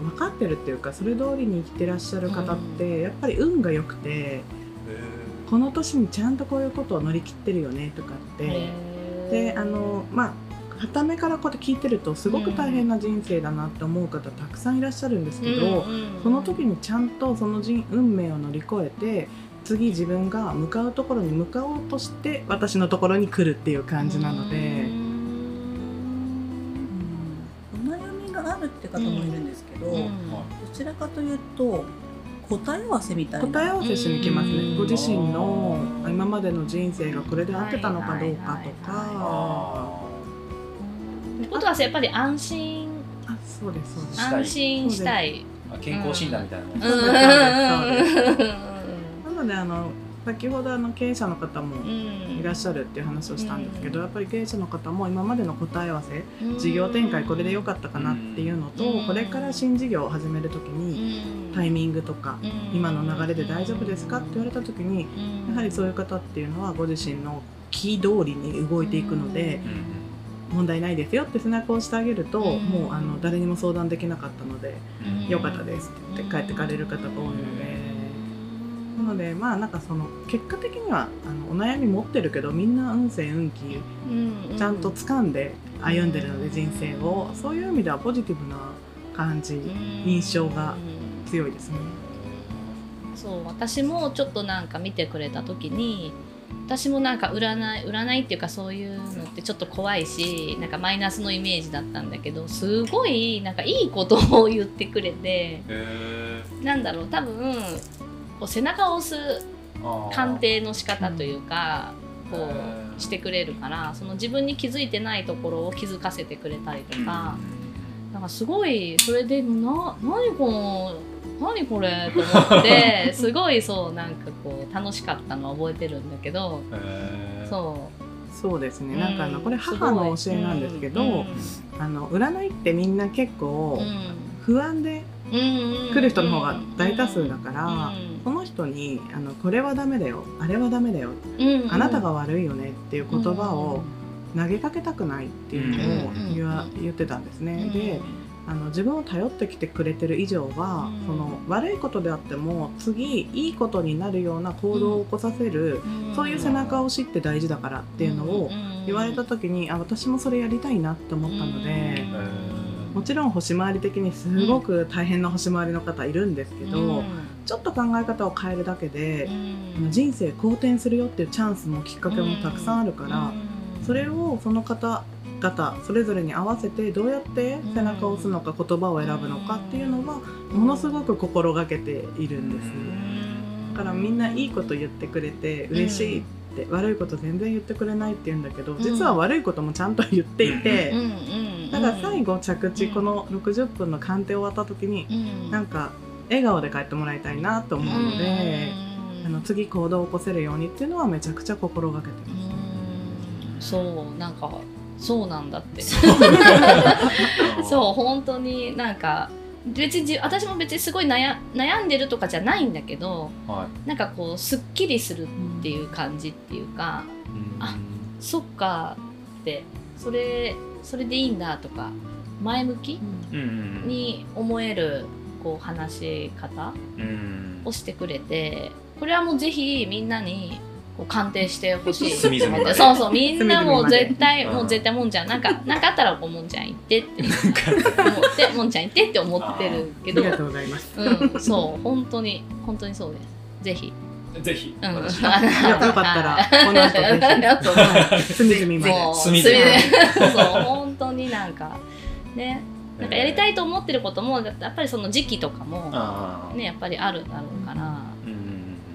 S3: 分かってるっていうかそれ通りに生きてらっしゃる方って、やっぱり運が良くてこの年にちゃんとこういうことを乗り切ってるよねとかってであのまあ傍目からこうやって聞いてるとすごく大変な人生だなって思う方たくさんいらっしゃるんですけど、その時
S1: に
S3: にちゃんとその人運命を乗り越えて次自分が向かうところに向かおうとして私のところに来るっていう感じなので、
S4: うんお悩みがあるって方もいるんですけど、どちらかというと答え合わせみたいな
S3: 答え合わせしに来ます
S1: う
S3: ね
S1: ん
S3: ご自身の今までの人生がこれで合ってたのかどうかと
S1: はいはいはい
S3: か。
S1: ってことはやっぱり安心
S3: あそうですそうです
S2: したい
S1: 安心したい
S2: 健康診断みたいなもん
S1: う
S2: ね
S1: んうんうん
S3: なのであの先ほどあの経営者の方も
S1: うん
S3: いらっしゃるっていう話をしたんですけど、
S1: うん
S3: やっぱり経営者の方も今までの答え合わせ
S1: うん
S3: 事業展開これで良かったかなっていうのと、
S1: うん
S3: これから新事業を始める時にタイミングとか、今の流れで大丈夫ですかって言われた時にやはりそういう方っていうのはご自身の気通りに動いていくので、
S2: うん
S3: 問題ないですよって背中を押してあげると、
S1: うん
S3: もうあの誰にも相談できなかったので
S2: うん
S1: うん
S3: 良かったですって言って帰ってかれる方が多いので。なのでまあなんかその結果的にはあのお悩み持ってるけどみんな運勢運気ちゃんと掴んで歩んでるので人生をそういう意味ではポジティブな感じ印象が強いですね。
S1: そう私もちょっとなんか見てくれた時に私もなんか占い占いっていうかそういうのってちょっと怖いしなんかマイナスのイメージだったんだけどすごいなんかいいことを言ってくれて
S2: へー
S1: なんだろう多分こう背中を押す
S2: あー
S1: 鑑定の仕方というか、
S2: うん
S1: こ
S2: へー
S1: うしてくれるからその自分に気づいてないところを気づかせてくれたりとか、なんかすごいそれでな何この何これと思って すごいそうなんかこう楽しかったのを覚えてるんだけど
S2: えー
S1: そ
S3: そうです
S1: う、
S3: ねなんかあの
S1: うん
S3: これ母の教えなんですけど、
S1: うん
S3: あの占いってみんな結構
S1: う
S3: 不安で
S1: ん、
S3: 来る人の方が大多数だから、
S1: うん
S3: この人にあの「これはダメだよあれはダメだよ
S1: うんうん
S3: あなたが悪いよね」っていう言葉を投げかけたくないっていうのを言わ
S1: うん
S3: 言ってたんですね。
S1: うん
S3: であの自分を頼ってきてくれてる以上は、
S1: うん
S3: その悪いことであっても次いいことになるような行動を起こさせる、
S1: ん
S3: そういう背中を押しって大事だからっていうのを言われた時に、あ私もそれやりたいなって思ったので、
S2: えー
S3: もちろん星回り的にすごく大変な星回りの方いるんですけど、ちょっと考え方を変えるだけで、あの人生好転するよっていうチャンスもきっかけもたくさんあるから。それをその方々それぞれに合わせてどうやって背中を押すのか言葉を選ぶのかっていうのはものすごく心がけているんです、だからみんないいこと言ってくれて嬉しいって、悪いこと全然言ってくれないって言うんだけど実は悪いこともちゃんと言っていて、ただ最後着地この60分の鑑定を終わった時になんか笑顔で帰ってもらいたいなと思うので、あの次行動を起こせるようにっていうのはめちゃくちゃ心がけてます。
S1: うんそうなんかそうなんだって
S2: う
S1: そう本当になんか別にじ私も別にすごい悩悩んでるとかじゃないんだけど
S2: は
S1: なんかこうすっきりするっていう感じっていうか、
S2: いうん
S1: あそっかってそれそれでいいんだとか前向き
S2: うんうん
S1: に思えるこう話し方
S2: うん
S1: をしてくれてこれはもうぜひみんなにこう鑑定してほしい
S2: 隅々まで
S1: そうそうみんなもう絶対
S2: うん
S1: もう絶対もんちゃんなん かなんかあったらこうもんちゃん行ってって思ってもんちゃん行ってって思ってるけ
S3: あ
S1: ど
S3: りがとうございます。
S1: うんそう本当に本当にそうですぜひ
S2: ぜひ
S1: うん
S2: 私
S1: あの
S3: いやよかったらこの後ぜ ひはい隅々まで。
S1: もう
S2: 隅
S1: 隅
S2: 々
S1: 々そう本当になんかねなんかやりたいと思ってることもやっぱりその時期とかも
S2: ああ
S1: ねやっぱりあるだろうから、
S2: うんうんうん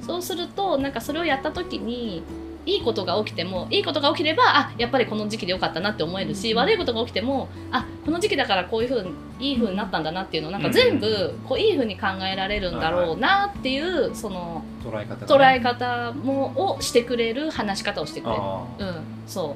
S1: そうするとなんかそれをやった時にいいことが起きてもいいことが起きればあやっぱりこの時期でよかったなって思えるし、
S3: うん
S1: 悪いことが起きてもあこの時期だからこういうふうにいいふうになったんだなっていうのをなんか全部こういいふうに考えられるんだろうなっていうその
S2: 捉え方
S1: 捉
S2: がね
S1: え方もをしてくれる話し方をしてくれる。
S2: あ
S1: う
S2: あ
S1: ん、そう。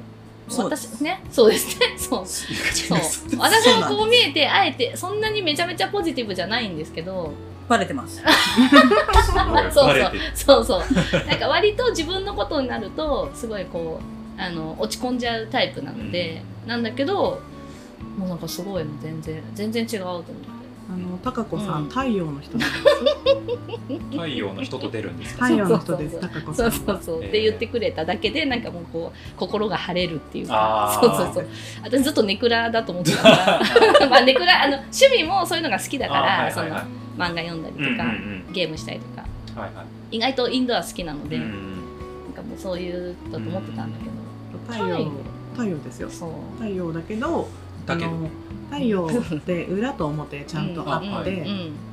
S4: そうです
S1: 私ね、そうですね、そう。そう私もこう見えて、あえてそんなにめちゃめちゃポジティブじゃないんですけど、
S4: バレてます。
S2: すごい
S1: そうそう
S2: バレてる
S1: そうそう。なんか割と自分のことになるとすごいこうあの落ち込んじゃうタイプなので、なんだけど、もうなんかすごいの全然全然違うと思って。
S3: あの高子さ
S1: うん
S3: ん太陽の人なんです。
S2: 太陽の人と出るんですか
S3: 太陽の人で
S1: そ
S3: す
S1: うそ
S3: 高子
S1: そ
S3: さん
S1: うそう
S3: は。
S1: そう、
S2: えー
S1: って言ってくれただけでなんかもうこう心が晴れるっていうか
S2: あ
S1: そ
S2: ー
S1: うそうそう私ずっとネクラだと思ってたから まあネクラあの趣味もそういうのが好きだから、
S2: ああはいはいはい
S1: その漫画読んだりと
S2: うんうん
S1: か、
S2: うん
S1: ゲームしたりとか
S2: はいはい
S1: 意外とインドア好きなので、
S2: うんう
S1: なん
S2: ん
S1: かもうそういうだと思ってたんだけど、
S3: 太陽太陽ですよ。
S1: そう
S3: 太陽だけどあ
S2: だけど
S3: の太陽って裏と表ちゃんとあっ
S2: うん
S3: て、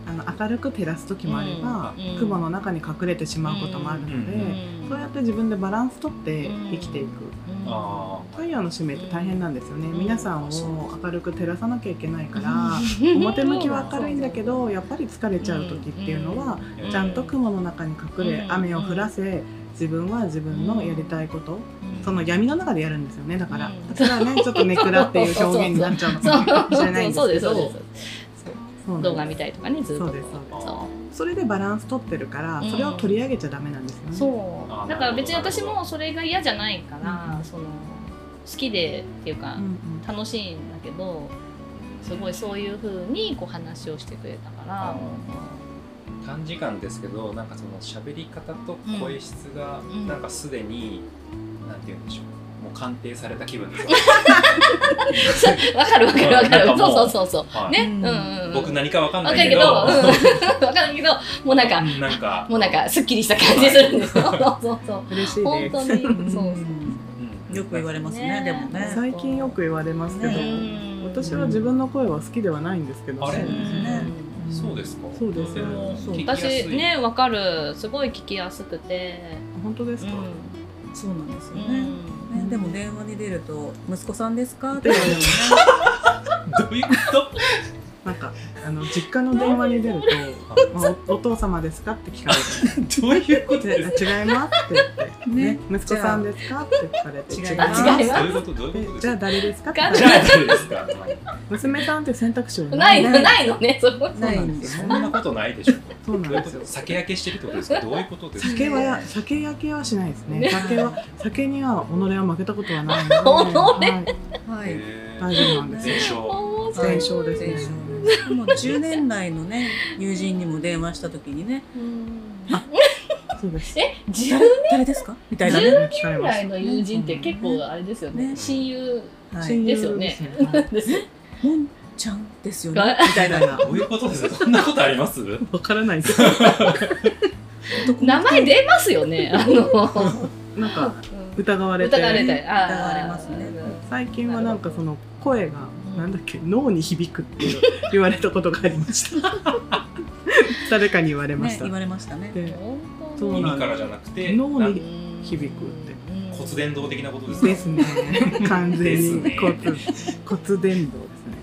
S3: あの明るく照らす時もあれば
S1: うん、
S3: 雲の中に隠れてしまうこともあるの
S2: うん
S3: で、そうやって自分でバランス取って生きていく。
S2: あ
S3: 太陽の使命って大変なんですよね。
S1: うん
S3: 皆さんを明るく照らさなきゃいけないから。表向きは明るいんだけどやっぱり疲れちゃう時っていうのは
S2: うん
S3: ちゃんと雲の中に隠れ
S1: うん
S3: 雨を降らせ自分は自分のやりたいことその闇の中でやるんですよねだから
S1: うん
S3: それはねちょっとネクラっていう表現になっちゃうの
S1: そう
S3: かもしれないんで
S1: そう
S3: す
S1: で
S3: け
S1: すそう
S3: ど
S1: です
S3: そう
S1: 動
S3: な
S1: 画
S3: ん
S1: 見
S3: です
S1: たりとかねずっと
S3: そうですそうです
S1: そ
S3: それでバランス取ってるからそれを取り上げちゃダメなんですよ
S1: う
S3: ね
S1: そうだから別に私もそれが嫌じゃないから、
S3: うん
S1: その好きでっていうか、
S3: うんうん
S1: 楽しいんだけどすごいそういうふうにこう話をしてくれたから
S2: あ短時間ですけどなんかその喋り方と声質が
S1: ん
S2: なんかすでに、なんて言うんでしょうもう鑑定された気分ですよ、
S1: わかるわかるわか
S2: なんか
S1: る
S2: もう
S1: そうそうそうそ
S2: は
S1: う
S2: い
S1: ね、
S3: うん
S1: うんうんうん
S2: 僕何かわかん
S1: わか
S2: な
S1: る
S2: い
S1: けど、
S2: けど
S1: うん、わかるけど、もうなんか、
S2: うんなんか
S1: もうなんか、すっきりした感じするんですよ。そうそうそう。
S3: 嬉しい
S1: 本
S3: です
S1: 当に、
S3: うん
S1: そう
S2: うん
S4: よく言われますね、
S1: ね
S4: でもね。
S3: 最近よく言われますけ
S1: そう。
S3: ど
S1: うん
S3: 私は自分の声は好きではないんですけど
S2: あれ
S1: うん
S2: そうですか
S3: そうです
S2: とても聞きやすい
S1: 私ね、わかる、すごい聞きやすくて。
S3: 本当ですか
S4: そうなんですよ
S1: う
S4: ね。
S1: ん
S4: ねでも電話に出ると「息子さんですか?」って言われるのね
S2: どういうこと
S3: なんかあの実家の電話に出ると「まあおお父様ですか?」って聞かれて
S2: どういう ことです
S3: で違いますって言って、ね
S4: ね
S3: 息子さんですかって聞かれて
S4: 違い
S3: い
S4: ま
S3: ますす
S1: 違い
S2: ど
S1: ま
S2: ういうことどういうこと
S3: で
S2: です
S3: じゃあ
S2: か
S3: 誰ですかって
S2: じゃあ誰ですか
S3: 娘さんって選択肢 は
S1: す。ない
S3: の
S1: の、ないのね、そこ。
S3: そうなんです
S2: そ
S3: よ
S2: ん
S3: ね
S2: なことないでしょ
S3: そう
S2: ど
S3: な
S2: ういう
S3: んで
S2: こ
S3: すよ
S2: と酒焼けしてるってことですかどういうことですか
S3: 酒は酒焼けはしないですね
S1: ね
S3: 酒は酒には己は負けたことはないの
S1: 己
S3: で、はい、
S4: はい。
S2: へー
S3: 大丈夫なんですよ
S2: 全
S1: 面白い
S2: 勝
S3: 全勝ですね
S4: 全もう10年来のね、友人にも電話したときにね、
S1: うん
S3: そうです
S1: え、10
S4: 誰ですかみたいなね。
S3: 聞かれ
S1: ぐ
S3: ま
S1: ら
S3: す
S1: いの友人って結構あれですよね。
S4: ね
S1: 親友
S4: はい。
S3: 親友
S1: ですよね。 ですよね
S4: もんちゃんですよ
S1: は
S4: ね
S1: い。
S4: みたいな。
S2: どういうことですかそんなことあります
S3: わからないですよ
S1: 名前出ますよね。あの、
S3: なんか
S1: うん
S3: 疑われて
S1: 疑われたい。あー
S4: 疑われますね
S3: 最近はなんかその声がなんだっけ脳に響くっていう言われたことがありました 誰かに言われま
S4: ね
S3: し、た、
S4: 言われましたね。
S3: で
S1: 本当
S3: そう
S1: に
S3: なん
S2: 耳からじゃなくて
S3: 脳
S2: な
S3: に
S1: うん
S3: 響くって
S1: うん
S2: 骨伝導的なことですか
S3: ですね。完全
S2: ですね
S3: に骨骨伝導ですね。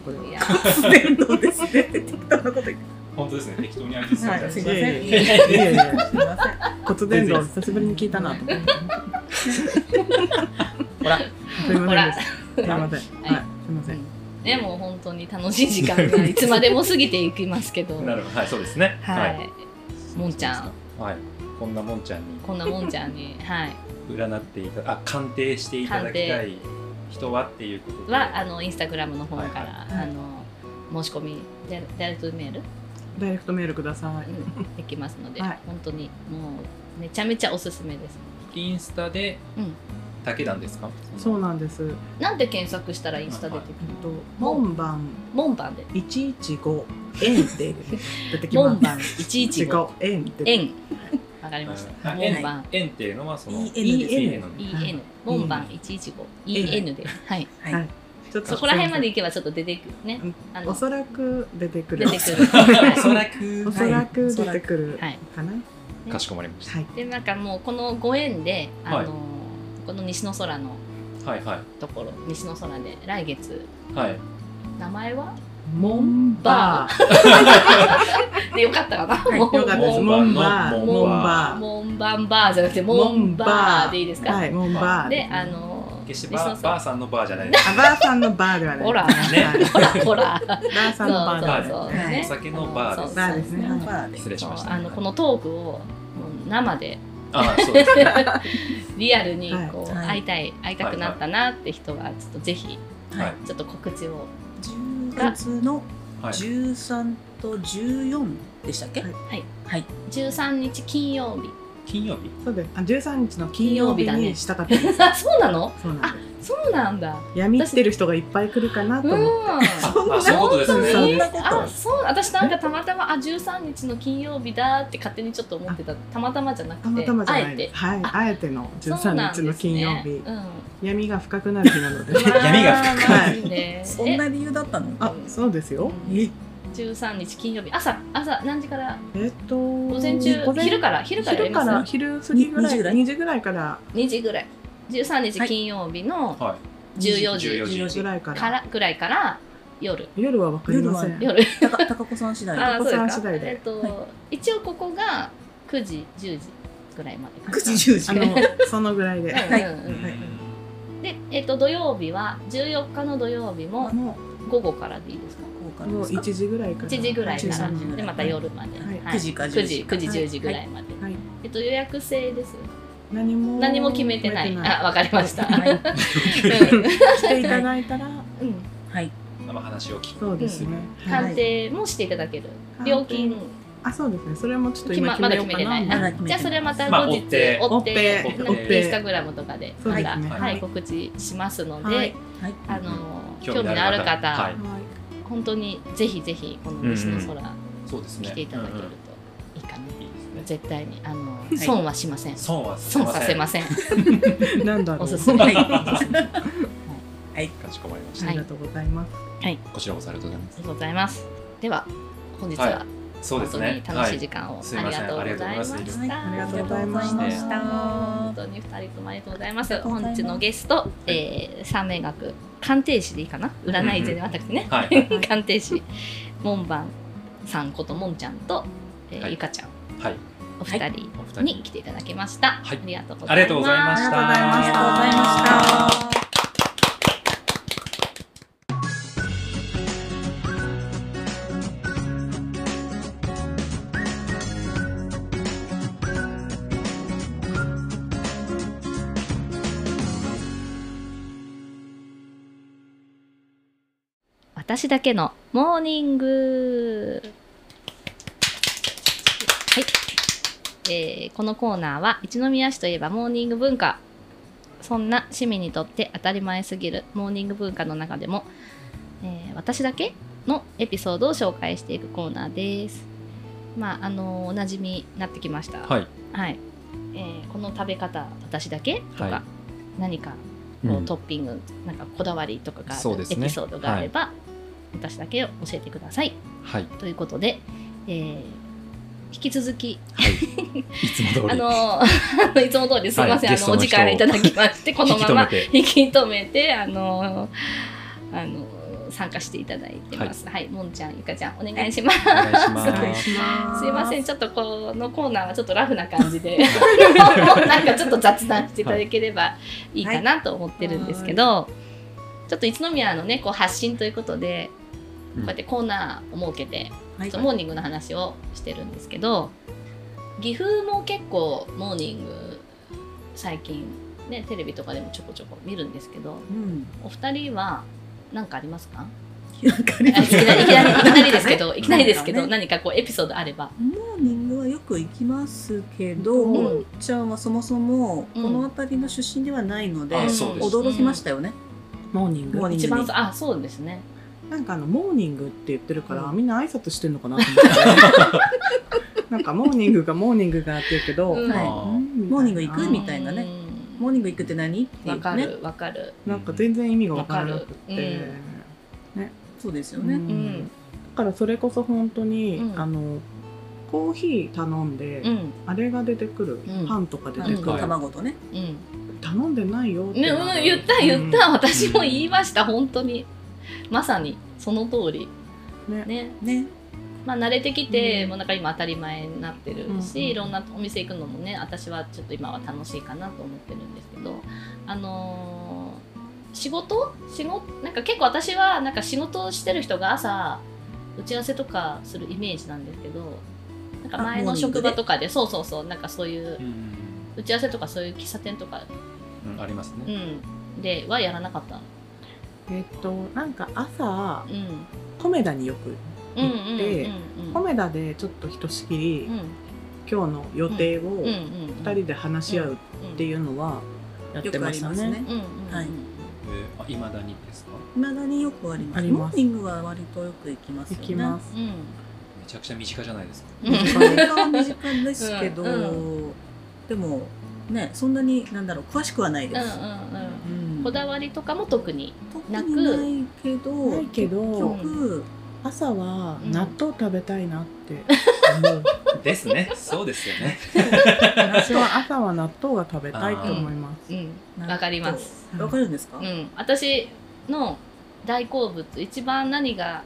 S3: これ
S1: い
S3: は。
S1: や
S4: 伝統ですねって適当なこと言って。
S2: 本当ですね適当に相手するみたい
S4: は、
S2: ない
S4: すい
S3: い
S4: ま
S3: やい
S4: せ
S3: や
S4: ん。
S3: い
S4: すい
S3: やいやいや
S4: ません。
S3: 骨伝導久しぶりに聞いたなと思って。
S2: ほら
S3: すみ
S1: ほ
S3: ません
S1: ら
S3: でした。すみません。はい。すみません。
S1: ね、もう本当に楽しい時間がいつまでも過ぎていきますけど、
S2: な
S1: は
S2: るほどはいそうですね
S1: い、もんちゃん、
S2: はいこんなもんちゃんに
S1: こんなもんちゃんに、はい、
S2: 占っていたあ鑑定していただきたい人はっていうことで
S1: はあのインスタグラムの方から、
S4: いはい
S1: あの申し込みダイダイレクトメール、
S3: ダイレクトメールください。
S1: うんできますので、
S3: はい
S1: 本当にもうめちゃめちゃおすすめです。
S2: インスタで
S1: うん
S2: だけなんですか
S3: そう
S2: の
S3: なんです。えっ
S1: なんで検索したらインスタ出てくる？
S3: と門番
S1: 門番で、
S3: 一一五円で出てきます。
S1: 門番一一五
S3: 円って。
S1: 円、わかりまし
S2: あ
S1: た。
S2: 円
S1: 門番
S2: 円っていうのはその
S4: EN です
S3: EN
S2: の
S1: E
S3: はい
S1: N、門番一一五 E N で、はい、
S4: はい。
S3: はいちょっと
S1: そこら辺まで行けばちょっと出てくるね
S3: うん、
S1: あ
S3: お
S1: の
S3: そらく出てく
S1: 出
S3: る。
S1: てくる。はい
S4: おそらく
S3: おそらく出てくる
S1: はい
S3: かな。
S2: かしこまりまし
S3: はい。
S1: でなんかもうこのご縁で、
S2: はい
S1: あのこの西の空の
S2: たはいは
S1: ところ西の空で来月
S2: いはい
S1: 名前は
S3: 門
S1: バ
S3: 番。
S1: でよかったかな、
S4: はい
S1: モン
S3: よかったです。
S2: モ
S3: モ
S2: ン
S3: ン
S2: バ
S3: バ
S2: ー
S3: ー。
S2: モン
S3: モン
S2: バ
S3: バ
S1: モンバンバーじゃなくてモンバーでいいです
S3: ー。
S1: か、
S3: はい、モンバー。
S1: であ、の
S2: 決し
S1: 西
S2: てバ
S1: の
S2: ーバ
S1: 空
S2: ーさんのバーじゃないです
S3: あ、バーさんのバーではない。
S1: ほら
S3: はい
S1: ほらほら
S3: バーさんのバーではない。
S1: そうそうそう、
S4: はい
S1: ね
S2: お酒のバーです
S3: バーですね
S1: そう
S3: はい
S4: バーで
S2: 失礼しました
S1: あのこのトークをもう生 で
S2: あそ うですね
S1: リアルにこう、
S4: はい
S1: 会いたい会いたくなったなって人はちょっとぜひ
S2: は
S4: はいい。
S1: ちょっと告知を
S4: 10月の
S2: はい
S4: 13と14でしたっけ？
S3: はい
S4: はい。
S1: 13日金曜日
S2: 金曜日
S3: そうです。あ、十三日の金曜
S1: 金曜日
S3: 日
S1: だね
S3: にしたかったです。
S1: あそうなの
S3: そうなんです。
S1: そうなんだ
S3: 闇ってる人がいっぱい来るかな
S1: う
S3: と
S1: ん
S3: 思っ
S2: ああそういうことです
S3: そう
S2: ね
S3: そ
S4: そ
S3: うん
S4: なこと
S1: あそう私なんかたまたまあ13日の金曜日だって勝手にちょっと思ってたたまたまじゃなく
S3: て。たま
S1: て
S3: たまじゃ
S1: あ
S3: な
S1: え
S3: いで
S1: て
S3: す。はい、あえての十
S1: そう
S3: 三
S1: なん
S3: 日
S1: で
S3: の
S1: すね
S3: 金曜日
S1: う。ん、
S3: 闇が深くなる日なので。
S2: 闇が深
S3: くなる
S1: る、ね、
S4: そんな理由だったの？
S3: あ、そうですよ。
S1: え13日金曜日朝朝何時から
S3: えっと。
S1: 午
S3: 午
S1: 前中昼から昼からやり
S3: 昼
S1: ま
S3: か
S1: す
S3: ら昼過ぎぐ
S4: に二時
S3: ら
S4: ぐら
S3: い
S4: い
S3: 二時ぐらいから
S1: 2時ぐらい13日金曜日の
S2: は
S1: 14時
S2: 14時
S3: 十時ぐらいか
S1: かららぐらいから夜
S3: 夜はわかりませ
S4: 夜は
S3: ん。
S1: 夜
S4: たか高子さん次第。
S1: あ
S4: は
S1: ーそう
S3: お子さん
S1: です
S3: 次
S1: か
S3: 第で
S1: えっと、
S4: は
S1: 一応ここが9時10時ぐらいまで
S4: 9時10時
S3: あのそのぐらいで。
S1: はい
S4: は
S1: うん
S2: い
S1: うん
S2: う
S1: う
S2: ん
S1: んで、えっと土曜日は14日の土曜日も
S3: も
S1: 午後からでいいですか
S3: うもう一時ぐらいから。
S1: 1時ぐらいか
S3: 十
S1: ら
S3: 三
S4: 時ぐらい
S1: でまた夜まで、
S4: はい
S1: はい
S4: 9時か10
S1: 9
S4: 時
S1: 時
S4: か
S1: 9時10時ぐらいまで、
S3: はい。
S1: えっと予約制です
S3: 何も
S1: 何も決めてない
S3: 決めて
S1: あわかりました、
S4: はい
S3: 来ていただいたら
S1: うんうん
S4: はい。
S2: まあ話を聞く
S3: そうですね。はい
S1: 鑑定もしていただける、
S3: はい
S1: 料金
S3: あ、そうですね。それもちょっと
S1: 決
S3: 今
S1: まま
S3: 決め
S1: だ
S3: よう
S1: 決めて
S3: か
S1: な
S3: な。
S1: い
S4: まだ
S1: あ
S4: 決めてない
S1: じゃあそれはまた
S2: まあ
S1: 後日
S2: 追って
S1: 追って
S3: 追
S2: っ
S1: なん
S2: て
S1: かインスタグラムとかで
S3: そう
S1: ま
S3: です
S1: た
S3: ね
S1: は
S2: はい
S1: い告知しますので、
S3: はい
S4: はい。
S1: あの
S2: 興
S1: 興
S2: 味
S1: 味
S2: の
S1: の
S2: あ
S1: あ
S2: る
S1: る
S2: 方
S1: 方
S2: はい
S3: はい
S1: 本当にぜひぜひこの西の空
S2: そうですね
S1: 来ていただけるといいかな、
S2: うんうんいいですね
S1: 絶対にあの、
S4: い
S1: 損はしません
S2: 損は
S1: 損させま
S2: せ
S1: せん
S3: なんだろう。
S1: おすすめ
S4: は
S2: ん
S4: い。
S2: かしこまりました
S3: ありがとうございます。
S2: こちらこそありがとうございます
S1: ありがとうございますでは本日は
S2: そうですね
S1: 本当に楽しい時間を、
S2: はいすい
S1: あ
S2: ま
S1: り
S2: せん
S1: がとうございました。
S2: ありがとうご
S4: ざいます
S3: はいありがとうございました
S1: 本当に二人ともありがとうございます。本日のゲスト、えー、三名学鑑定士でいいかな？占い師で私ね、
S2: はい
S1: 鑑定士門番さんこともんちゃんと、えー
S2: はい
S1: ゆかちゃん
S2: はい
S1: お二人
S2: お二人
S1: に来ていただきました。
S2: はい
S1: ありがとうございます。
S2: ありがとうございま
S3: あ
S2: し
S3: り
S2: た
S3: がとうございま
S4: あ
S3: した
S4: りがとうございました。
S1: 私だけのモーニングはい、えーこのコーナーは一宮市といえばモーニング文化そんな市民にとって当たり前すぎるモーニング文化の中でも、えー私だけのエピソードを紹介していくコーナーですまああのーおなじみになってきました
S2: はい
S1: はいえーこの食べ方私だけとか、
S2: はい
S1: 何か
S2: う
S1: こうんトッピングなんかこだわりとかがあ
S2: そう
S1: る、
S2: です
S1: エ
S2: ね
S1: ピソードがあれば、私だけを教えてください
S2: はい
S1: ということで、えー引き続き
S2: いつも通り
S1: あのあの いつも通りすみません、
S2: はいゲ
S1: あ
S2: ス
S1: の
S2: ト
S1: お
S2: の人
S1: 時間いただきま してこの
S2: 引き
S1: ま
S2: 止め
S1: ま
S2: て
S1: 引き止めてあのあの参加していただいてます。はい、もんちゃんゆかちゃんお願いします。
S2: お願いしま
S4: お
S2: す
S4: 願いします。
S1: すいません、ちょっとこのコーナーはちょっとラフな感じで、なんかちょっと雑談していただければいいかなと思ってるんですけど、ちょっと一宮のね、こう発信ということで、
S2: う
S1: こ
S2: ん
S1: うやってコーナーを設けて、ちょ
S4: はい
S1: っとモーニングの話をしてるんですけど、岐阜も結構モーニング最近ね、テレビとかでもちょこちょこ見るんですけど、
S4: うん。
S1: お二人は何かありますか？
S4: なんかあ
S1: あ
S4: り
S1: いきな
S4: ま
S1: りい
S4: す
S1: きなりいきなりですけど、いきなりですけ
S4: う
S1: ど、
S4: ん
S1: 何かこうエピソードあれば、
S4: モーニングはよく行きますけど、
S3: うん
S4: もんちゃんはそもそも
S1: う
S4: こ
S1: ん
S4: の辺りの出身ではないので、
S2: あそうです
S4: 驚きましたよね。
S3: モーニング
S4: モーニング
S1: 一番あそうですね。
S3: なんかあのモーニングって言ってるから、
S1: う
S3: みんな挨拶してんのかなと思って。 なんかモーニングがモーニングがって言うけど、
S1: うん
S4: はい
S2: あー
S3: うん
S4: モーニング行
S3: みた
S4: く
S3: いな
S4: みたいなね
S1: うん
S4: モーニング行くって何ってい
S1: わか
S4: うね。
S1: るわかる。
S3: なんか全然意味が分からなくて、
S1: わかる
S4: そうですよ
S3: う
S4: ね。
S3: ん
S1: うん
S3: だからそれこそ本当に、
S1: うん
S3: あのコーヒー頼んで、
S1: うん
S3: あれが出てくる、
S1: うん
S3: パンとか出
S4: な
S3: て
S4: ん
S3: く
S4: か
S3: る、
S4: 卵とね。
S1: うん。
S3: 頼んでないよって
S1: ね、
S3: な
S1: うん、
S3: る
S1: 言った言った、
S3: うん
S1: 私も言いました本当に。まさにその通り。
S3: ね
S1: ね。
S4: ね。
S1: まあ慣れてきて、
S3: うん
S1: もうなんか今当たり前になってるし、
S3: うんうん
S1: いろんなお店行くのもね私はちょっと今は楽しいかなと思ってるんですけどあのー仕事仕事なんか結構私はなんか仕事をしてる人が朝打ち合わせとかするイメージなんですけどなんか前
S4: あモ
S1: の
S4: ーニングで
S1: 職場とかでそうそうそうなんかそういう
S2: うん
S1: 打ち合わせとかそういう喫茶店とか、
S2: うんあります
S1: う
S2: ね
S1: ん、ではやらなかった、
S3: えっとなんか朝
S1: うん、
S3: コメダによく
S1: うんうんうん
S3: でコメダでちょっとひとしきり、
S1: うん
S3: 今日の予定を
S1: うんうん
S3: 2
S1: うん
S3: 人で話し合うって
S1: う
S3: いうのはやっ
S4: よ
S3: て
S4: くあ
S3: ま
S4: り
S3: した
S4: ます
S3: ね。
S4: ね。
S1: んうんうん
S4: はい
S2: いまだにですか
S4: 未だによくありま
S3: あ
S4: す。
S3: ります
S4: モーニングは割とよく行きます
S3: 行
S4: よね。
S3: きます。
S1: うん
S2: めちゃくちゃ身近じゃないですか
S1: うん
S4: 身近は身近ですけど、
S1: う
S4: でもねそんなになんだろう詳しくはないで
S1: うんう
S4: す。
S1: んうん
S4: うん
S1: こだわりとかも特に
S4: 特にないけど
S3: ないけど
S4: 結局
S3: 朝は
S1: うん
S3: 納豆食べたいなって 思う。
S2: ですねそうですよ ね
S3: 私は朝は納豆が食べたいと思います。
S1: うんわかります
S4: わかるんですか、
S1: うん私の大好物一番何が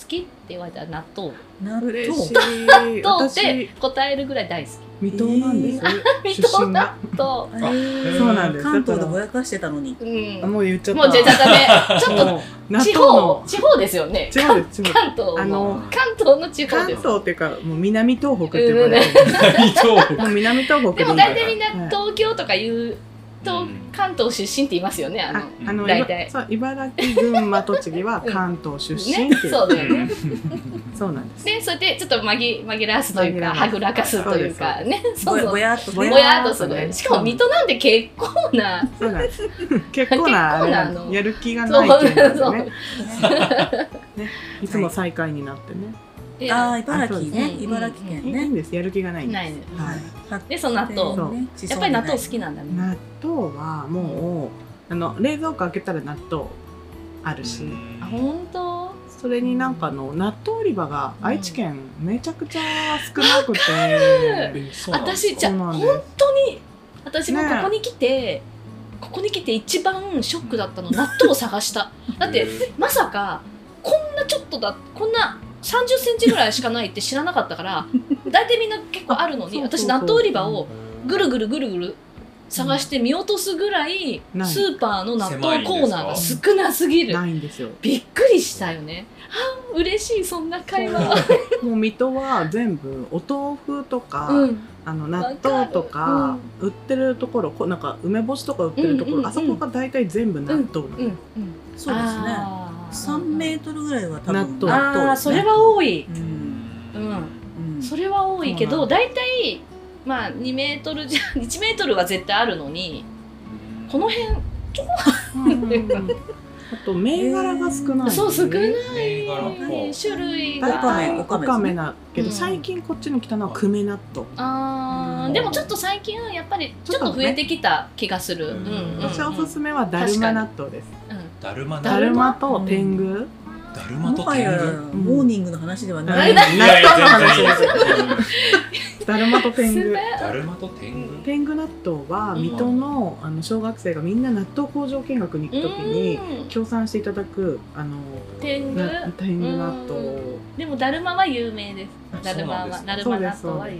S1: 好きって言われたら納豆
S4: 納豆
S3: 嬉しい。
S1: 納豆って
S3: 私
S1: 答えるぐらい大好き
S3: 未踏なんです。
S1: 水
S3: 出
S1: 戸納
S3: 身が。
S1: 豆
S4: あれ
S3: そうなんです
S4: 関東でぼやかしてたのに
S1: うん
S3: もう言っちゃった。
S1: もう出ちゃったね ちょっと
S3: もう納
S1: 地
S3: 豆
S1: 方
S3: の
S1: 地方ですよね
S3: 地方です。地方
S1: 関東
S3: あ
S1: の
S3: の
S1: 関東の地方
S3: 関
S1: です
S3: 東っていうかもう南東北って言われてる。
S2: 伊藤
S3: もう南東北
S1: でも
S3: いいから
S1: 大体みんな東京とかいうと
S2: うん
S1: 関東出身って言いますよねあの
S3: ああの
S1: 大体
S3: いばそう茨城群馬栃木は関東出身っていう、
S1: ねそうだよね
S3: そうなんです
S1: ね、それでちょっと紛紛らわすというか
S3: 紛らわす
S1: はぐらかすというかねそ
S4: ぼ
S1: う
S4: や
S1: そう
S4: ぼやっと
S3: ぼ
S1: ぼやっとす
S3: そう
S1: る
S3: ね
S1: しかも水戸なんて結構な
S3: そうなんです
S1: 結
S3: 結構な
S1: 構な
S3: あれ
S1: あの
S3: やる気がないっていうのがねいつ
S4: は
S3: も
S4: い
S3: 最下位になってね、
S1: え
S4: ああ茨城
S1: あ
S4: ね
S1: そうです
S4: 茨城県
S3: い、い
S4: ね
S3: んですやる気がないんです
S1: ないのよ
S3: はい
S1: でその後
S3: そう
S1: やっぱり納豆好きなんだね
S3: 納豆はもうあの冷蔵庫開けたら納豆あるし、
S1: あ本当
S3: そそれになんかあの納豆売り場が愛知県めちゃくちゃ少なくて、
S2: えそうなんです
S1: 私
S2: か
S1: じゃ
S3: そうな
S1: 本
S3: んです
S1: 当に私もこ
S3: ねえ
S1: こに来て、ここに来て一番ショックだったの納豆を探 しただって
S2: へ
S1: まさかこんなちょっとだこんな3 0センチぐらいしかないって知らなかったから 大体みんな結構あるのに
S3: そうそうそ
S1: 私
S3: う
S1: 納豆売り場を
S2: ー
S1: ぐるぐるぐるぐる探して見落とすぐらい、
S3: ない
S1: スーパーの納豆コーナーが
S3: 狭いんです
S1: 少なすぎる
S3: ないんですよ
S1: びっくりしたよねあー嬉しいそんな会話
S3: もう水戸は全部お豆腐とか、
S1: うん
S3: あの納豆と
S1: わ
S3: か売ってるところ、こなんか梅干しとか売ってるところ、
S1: うんうんうん
S3: あそこが大体全部納豆なの、
S1: うんうん
S4: そうですね。
S1: あー
S4: 三メートルぐらいは多分
S3: 納
S4: 納豆
S1: あ
S4: で
S1: あ
S4: す
S1: そ
S4: ね
S1: れは多い、
S4: うん
S1: うん、
S4: うん
S1: それは多いけ
S3: そう
S1: ど大体まあ2メートルじゃ1メー トルは絶対あるのにこの辺
S3: うんうんうんあと銘柄が少ない、
S1: そう少ない
S2: 銘柄も
S1: 種類
S4: オカ
S1: が
S4: メ
S3: お
S4: オカメですね
S3: かめなけど、
S1: うん
S3: 最近こっちに来たのは久米納豆、
S1: あ
S4: う
S1: ー
S4: ん
S1: でもちょっと最近やっぱりちょっと増えてきた気がする、
S2: うん
S1: うんうん
S3: 私はおすすめはだるま納豆です
S1: う
S2: だるま
S1: だ
S3: だ
S1: る
S3: る
S1: ま
S3: まと天狗、
S2: だるま
S4: も
S2: と
S4: は
S2: 天
S4: や
S2: 狗
S4: モーニングの話では
S3: だ
S4: ない。
S3: るま
S2: い
S3: 納
S2: やいや
S3: 豆の
S2: 全
S3: 話で
S2: 然
S3: すよ
S2: 全然
S3: だるまと天
S1: ん
S3: 狗
S2: だるまと天狗
S3: 天狗納豆は水戸のあの小狗生がみんな納豆工場見学に行く時に
S1: うん
S3: 協賛していただくあの
S1: 天狗
S3: な天狗納豆
S1: でもだるまは有名ですだるま
S2: そう
S1: はだ
S2: なんで
S1: る
S3: すね
S1: ま納豆は有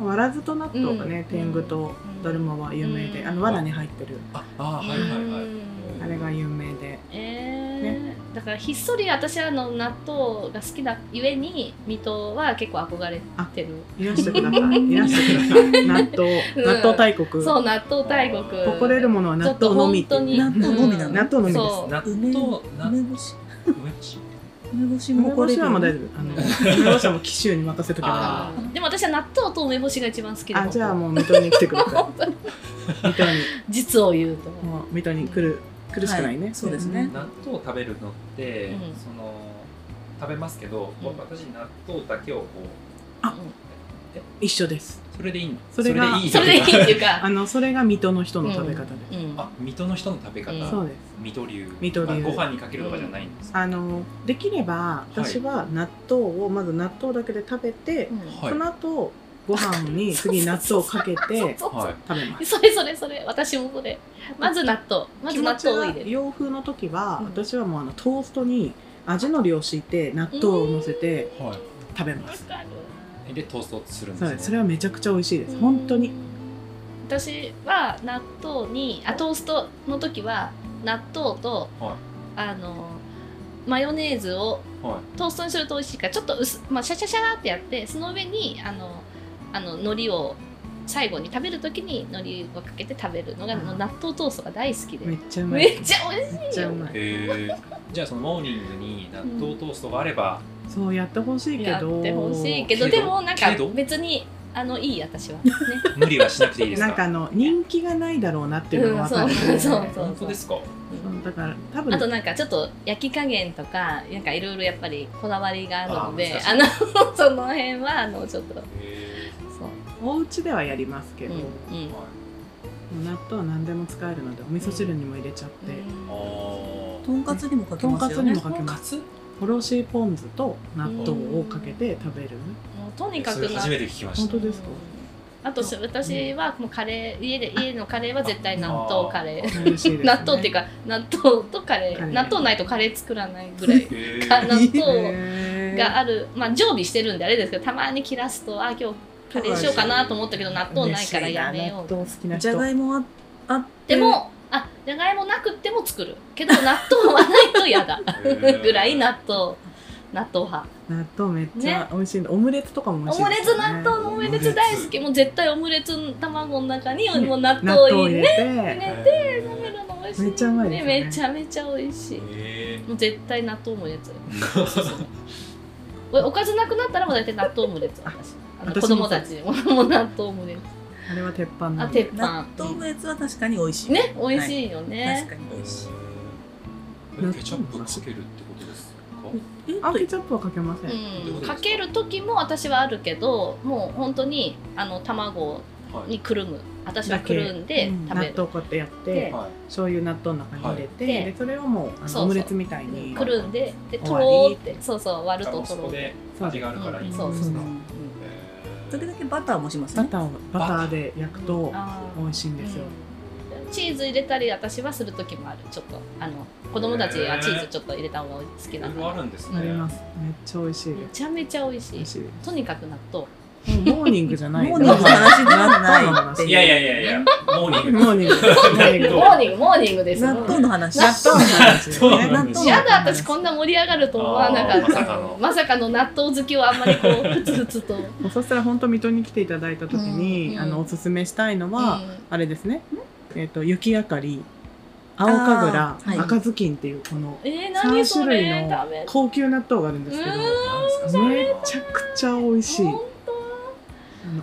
S1: 名
S3: わらずと納豆がね、
S1: うん
S3: 天狗とだるまは有名で、
S1: うん
S3: あのわらに入ってる
S2: ああーはいはいは
S1: う
S2: い
S1: ん
S3: あれが有名 で
S1: えーだからひっそり私はあの納豆が好きだゆえに水戸は結構憧れてる
S3: いらしてくださいいらしてください 納豆
S1: うん
S3: 納豆大国、
S1: そう納豆大国
S3: 誇れるものは納豆のみっていう
S4: ちょっと本当に納豆のみなの
S3: 納豆のみです
S2: 納
S4: 梅
S2: 豆な
S4: 梅干し
S2: 梅干し
S4: 梅干しも
S3: 梅
S4: こ
S3: 干
S4: れ
S3: し
S4: る
S3: はもう大丈夫あの梅干しはもう紀州に任せとけば
S2: あ
S1: でも私は納豆と梅干しが一番好きで
S3: あじゃあもう水戸に来てください水戸
S1: 実を言うと
S3: にもう水戸に来る来るしかないね、
S4: はいそうですね
S2: 納豆を食べるのって、
S1: うん
S2: その食べますけど、
S1: うん
S2: 私納豆だけをこう
S3: 一緒です
S2: それでいいん
S3: それが
S2: でいい
S1: それでいいっていうか
S3: あのそれが水戸の人の食べ方で
S1: うん
S2: あ水戸の人の食べ方、
S1: うん
S3: す、そうです
S2: 水戸流
S3: 水戸流
S2: まあご飯にかけるとかじゃないんです、
S3: あのできれば
S2: い
S3: 私は納豆をまず納豆だけで食べて、
S2: はい
S3: その後ご飯に次納豆をかけて
S1: そうそう
S2: はい
S3: 食べます
S1: それそれそれ私もそれまず納豆まず
S3: 気
S1: 納
S3: 持ち
S1: 豆を
S3: が
S1: 入れる
S3: 洋風の時は、
S1: うん
S3: 私はもうあのトーストに味のりを敷いて納豆を乗せて
S2: は
S3: 食べ
S1: わ
S3: ます、
S1: かる
S2: い、でトーストするん
S3: そ
S2: です
S3: うで
S2: ね
S3: すそれはめちゃくちゃ美味しいです本当
S1: う
S3: に
S1: ん私は納豆にあトーストの時は納豆と、
S2: はい
S1: あのマヨネーズを
S2: は
S1: トーストにすると美味しいからちょっと薄、まあ、シャシャシャーってやってその上にあのあの海苔を最後に食べる時に海苔をかけて食べるのが、
S3: うん
S1: もう納豆トーストが大好きで
S3: めっちゃうまい
S1: めっちゃ美味しい
S3: めっちゃうまい
S2: へえじゃあそのモーニングに納豆トーストがあれば、
S3: そうやってほしいけど
S1: やってほしいけど
S2: けど
S1: でもなんか
S2: けど
S1: 別にあのいい私 は、ね、
S2: 無理はしなくていいですか
S3: なんかあの人気がないだろうなっていうのが分かる、
S1: うん そうそう
S2: 本当ですか
S1: うん
S3: だから多分
S1: あとなんかちょっと焼き加減とかなんかいろいろやっぱりこだわりがあるので
S2: あ
S1: あ
S2: ー難
S1: の その辺はあのちょっと
S2: へ
S1: そう、
S3: お家ではやりますけ
S1: うん
S3: ど、
S1: うん
S3: も
S2: え、は
S3: う納豆は何でも使えるのでお味噌汁にも入れちゃって、
S2: い、
S4: とんかつにもかけ
S3: とん
S4: ま
S3: か
S4: す
S3: つ
S4: よ
S3: に
S4: ね
S3: も。か
S2: あ
S3: け
S2: ーカ
S3: ます
S2: ツ
S3: おろしポン酢と納豆をかけて食べる、
S1: もうとにかく
S2: それ
S1: な
S2: 初めて聞きまし
S3: 本
S2: た
S3: 当ですか
S1: あとし私はもうカレー家で家のカレーは絶対納豆カレー
S3: 美味しいで す、ね、
S1: 納豆っていうか納豆とカレー
S3: カレー
S1: 納豆ないとカレー作らないぐらい
S2: へ
S1: か
S2: ー
S1: 納豆
S3: へー
S1: があるまあ常備してるんであれですけどたまに切らすとあ今日カレーしようかなと思ったけど納豆ないからやめよう
S3: 嬉しいな納豆好きな人
S4: じゃがいもああっ
S1: で
S4: て
S1: も、あじゃがいもなくっても作るけど納豆はないと嫌だぐらい納豆納豆派
S3: 納豆めっちゃ美味しいの、オムレツとかも美味
S1: オ
S3: しい
S1: ム
S3: で
S1: レ
S3: す
S1: ツ
S3: よね
S1: 納豆のオムレツ大好きもう絶対オムレツの卵の中に
S3: ね
S1: もう納
S3: 納
S1: 豆
S3: 豆
S1: を
S3: 入
S1: 入
S3: れ
S1: れ
S3: て、
S2: で
S1: 食べるの美味しい
S3: めっちゃうまいですよね
S1: めちゃめちゃ美味しい
S2: へ
S1: もう絶対納豆オムレツ おおかずなくなったらもう大体納豆オムレツ私あの
S3: 私
S1: 子
S3: もそう
S1: 供たちにももう納豆オムレツ
S3: あれは鉄板な
S1: あ
S3: んで
S1: 鉄板
S4: 納豆のやつは確かに美味しい。
S1: ね美味しいよね
S4: 確かに美味しい。
S2: えケチャップつけるってことですか
S4: えっ
S3: あケ
S4: と
S3: チャップはかけません、
S1: うん、かける時も私はあるけどもう本当にあの卵
S2: はい
S1: にくるむ私はくるん
S3: う
S1: で
S3: ん
S1: 食
S3: 納
S1: べる、
S3: 豆こうやってやって、
S1: で
S2: はい
S3: 醤油納豆の中に入れて、
S1: はい
S3: でそれをもうあの
S1: そうそう
S3: オムレツみたいに
S1: くるんででと
S3: 終わり
S1: ろーってそうそう割ると
S2: 多分
S1: と
S2: そ
S1: ろ
S2: こ
S1: ー
S2: で味があるからいいんです
S1: そうそうそう、
S2: か
S1: うん
S2: へ
S4: それだけバターもします
S3: バ
S4: ね。
S3: ターをバターで焼くと
S1: あー
S3: 美味しいんですよ、
S1: うんチーズ入れたり私はする時もあるちょっとあの子供たちはチーズちょっと入れた方が好き
S2: ーい
S1: な
S2: ろい
S1: の
S2: ろあるんですね
S3: なりますめっちゃ美味しい
S1: め
S3: です
S1: ちゃめちゃ美味し
S3: 美
S1: い
S3: 味しいです
S1: とにかく納豆
S3: モーニングじゃない
S4: モーニングの話じゃな
S3: 納
S4: い
S3: 豆の話
S2: いやいやいやいやモーニング
S3: モーニングモーニング
S1: モーニングモーニングです
S4: 納豆の話。
S3: 納豆の話です
S2: 納
S3: ね
S2: 豆の
S3: 納
S2: 話
S3: 豆
S1: やだ私こんな盛り上がると思わなかった
S2: あーまさかの
S1: まさかの納豆好きをあんまりこうふつふつと、うん
S3: もうそしたら本当水戸に来ていただいた時に、
S1: うん
S3: あのおすすめしたいのは、あれですね、えっと雪あかり青神
S4: あーは
S3: 楽
S4: い
S3: 赤ずきんっていうこの
S1: えー、何
S3: 3
S1: そ
S3: 種類
S1: れ食べ
S3: の高級納豆があるんですけ
S1: う
S3: ど
S2: なん
S3: め
S2: ですか
S3: ちゃくちゃ美味しい
S1: 本
S3: あ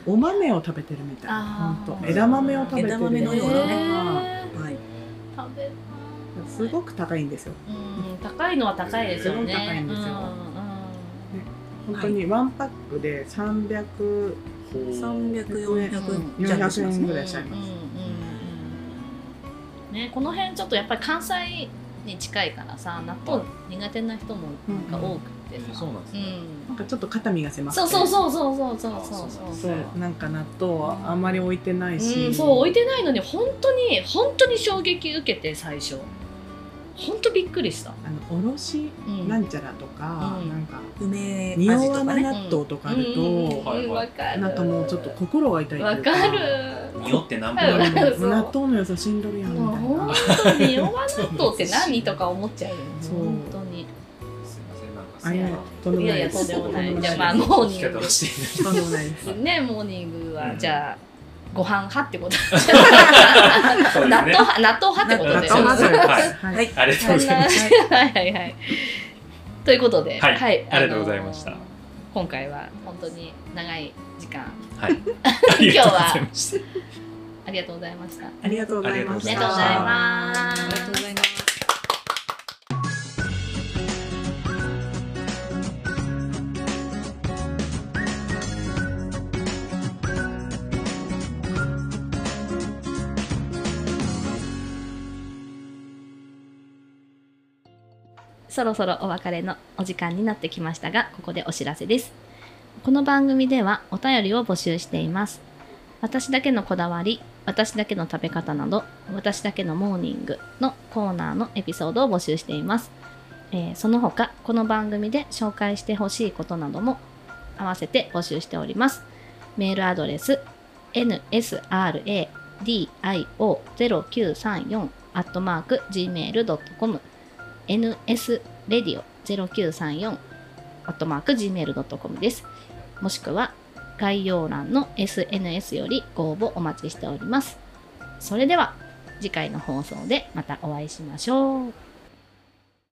S3: のお豆を食べてるみたいな
S1: あー
S3: 本当枝豆を食べてる
S4: 枝豆
S1: 当
S4: のようなね
S1: え
S3: はい
S1: ー
S4: はい。
S1: 食べたい
S3: すごく高いんですよ
S1: うん高いのは高いですよね
S3: すごい高いんです
S1: う
S3: よ
S1: ん
S3: 本当にワンパックで300
S2: ほう
S4: 三百四百
S3: うん
S4: じゃあします
S1: うん
S3: ぐらいしちゃいます
S1: うんうんうんねこの辺ちょっとやっぱり関西に近いからさ納豆苦手な人もなんか多くて
S2: えー
S1: さ、
S2: そうなんです
S1: う
S2: ね
S1: ん
S3: なんかちょっと肩身が狭くて
S1: そうそうそうそうそうそうそう
S2: あ
S1: そう
S2: そ
S3: そううなんか納豆はあんまり置いてないし、
S1: うん、そう置いてないのに本当に本当に衝撃受けて最初本当びっくりした、
S3: あのおろし
S1: うん、
S3: なんちゃらとか、
S1: うん
S3: なんか
S4: 梅味
S3: 匂
S4: と
S3: わ
S4: か
S3: ない
S4: ね。
S3: 納豆とかあると、
S1: うん
S2: はいはい
S1: わかる
S3: なんかもうちょっと心が痛いとい
S1: わ
S3: うか
S1: かる
S2: 匂ってなんぼ
S1: わ
S2: だ
S1: かる
S3: うん納豆の良さ死んどるやんみ
S1: もう
S3: た
S1: 本
S3: いな
S1: 当に弱納豆って何とか思っちゃうよね
S3: そう
S1: 本当に
S2: すいませんなんか
S3: あいやとんで
S1: い
S3: もな
S1: やい
S3: い
S1: や
S3: です
S1: とんでもな
S3: と
S1: い
S3: ん
S1: じ
S3: で
S1: ゃあ
S3: も
S1: ま
S3: な
S1: あ
S3: い
S1: モ
S3: で
S1: ーニン
S2: 聞き
S1: グ
S2: 方をして
S3: すとんでもないです
S1: ねモーニングは、
S2: うん
S1: じゃあご飯派ってこと納
S2: いるそうで
S1: 豆
S2: すね
S1: 派納豆派ってこと
S3: 納
S1: で
S3: 豆
S1: よ
S3: ま
S1: ね
S2: そ
S3: ず
S2: うですねはい
S3: は
S4: はいい。
S2: ありがとうござい ます
S1: はいはいはい。ということで、
S2: はい
S1: あのー
S2: ありがとうございました
S1: 今回は本当に長い時間
S2: はいありがとうございました
S1: ありがとうございました。あ
S3: ありがとうございま
S1: り
S3: し
S1: が
S3: た
S1: とうござい
S4: あ
S1: ま
S4: りが
S1: す
S4: とう。ございます。
S1: そろそろお別れのお時間になってきましたが、ここでお知らせです。この番組ではお便りを募集しています。私だけのこだわり、私だけの食べ方など、私だけのモーニングのコーナーのエピソードを募集しています。えーその他、この番組で紹介してほしいことなども合わせて募集しております。メールアドレス、nsradio0934 gmail.com nsradio0934 gmail.com です。もしくは概要欄の SNS よりご応募お待ちしております。それでは次回の放送でまたお会いしましょう。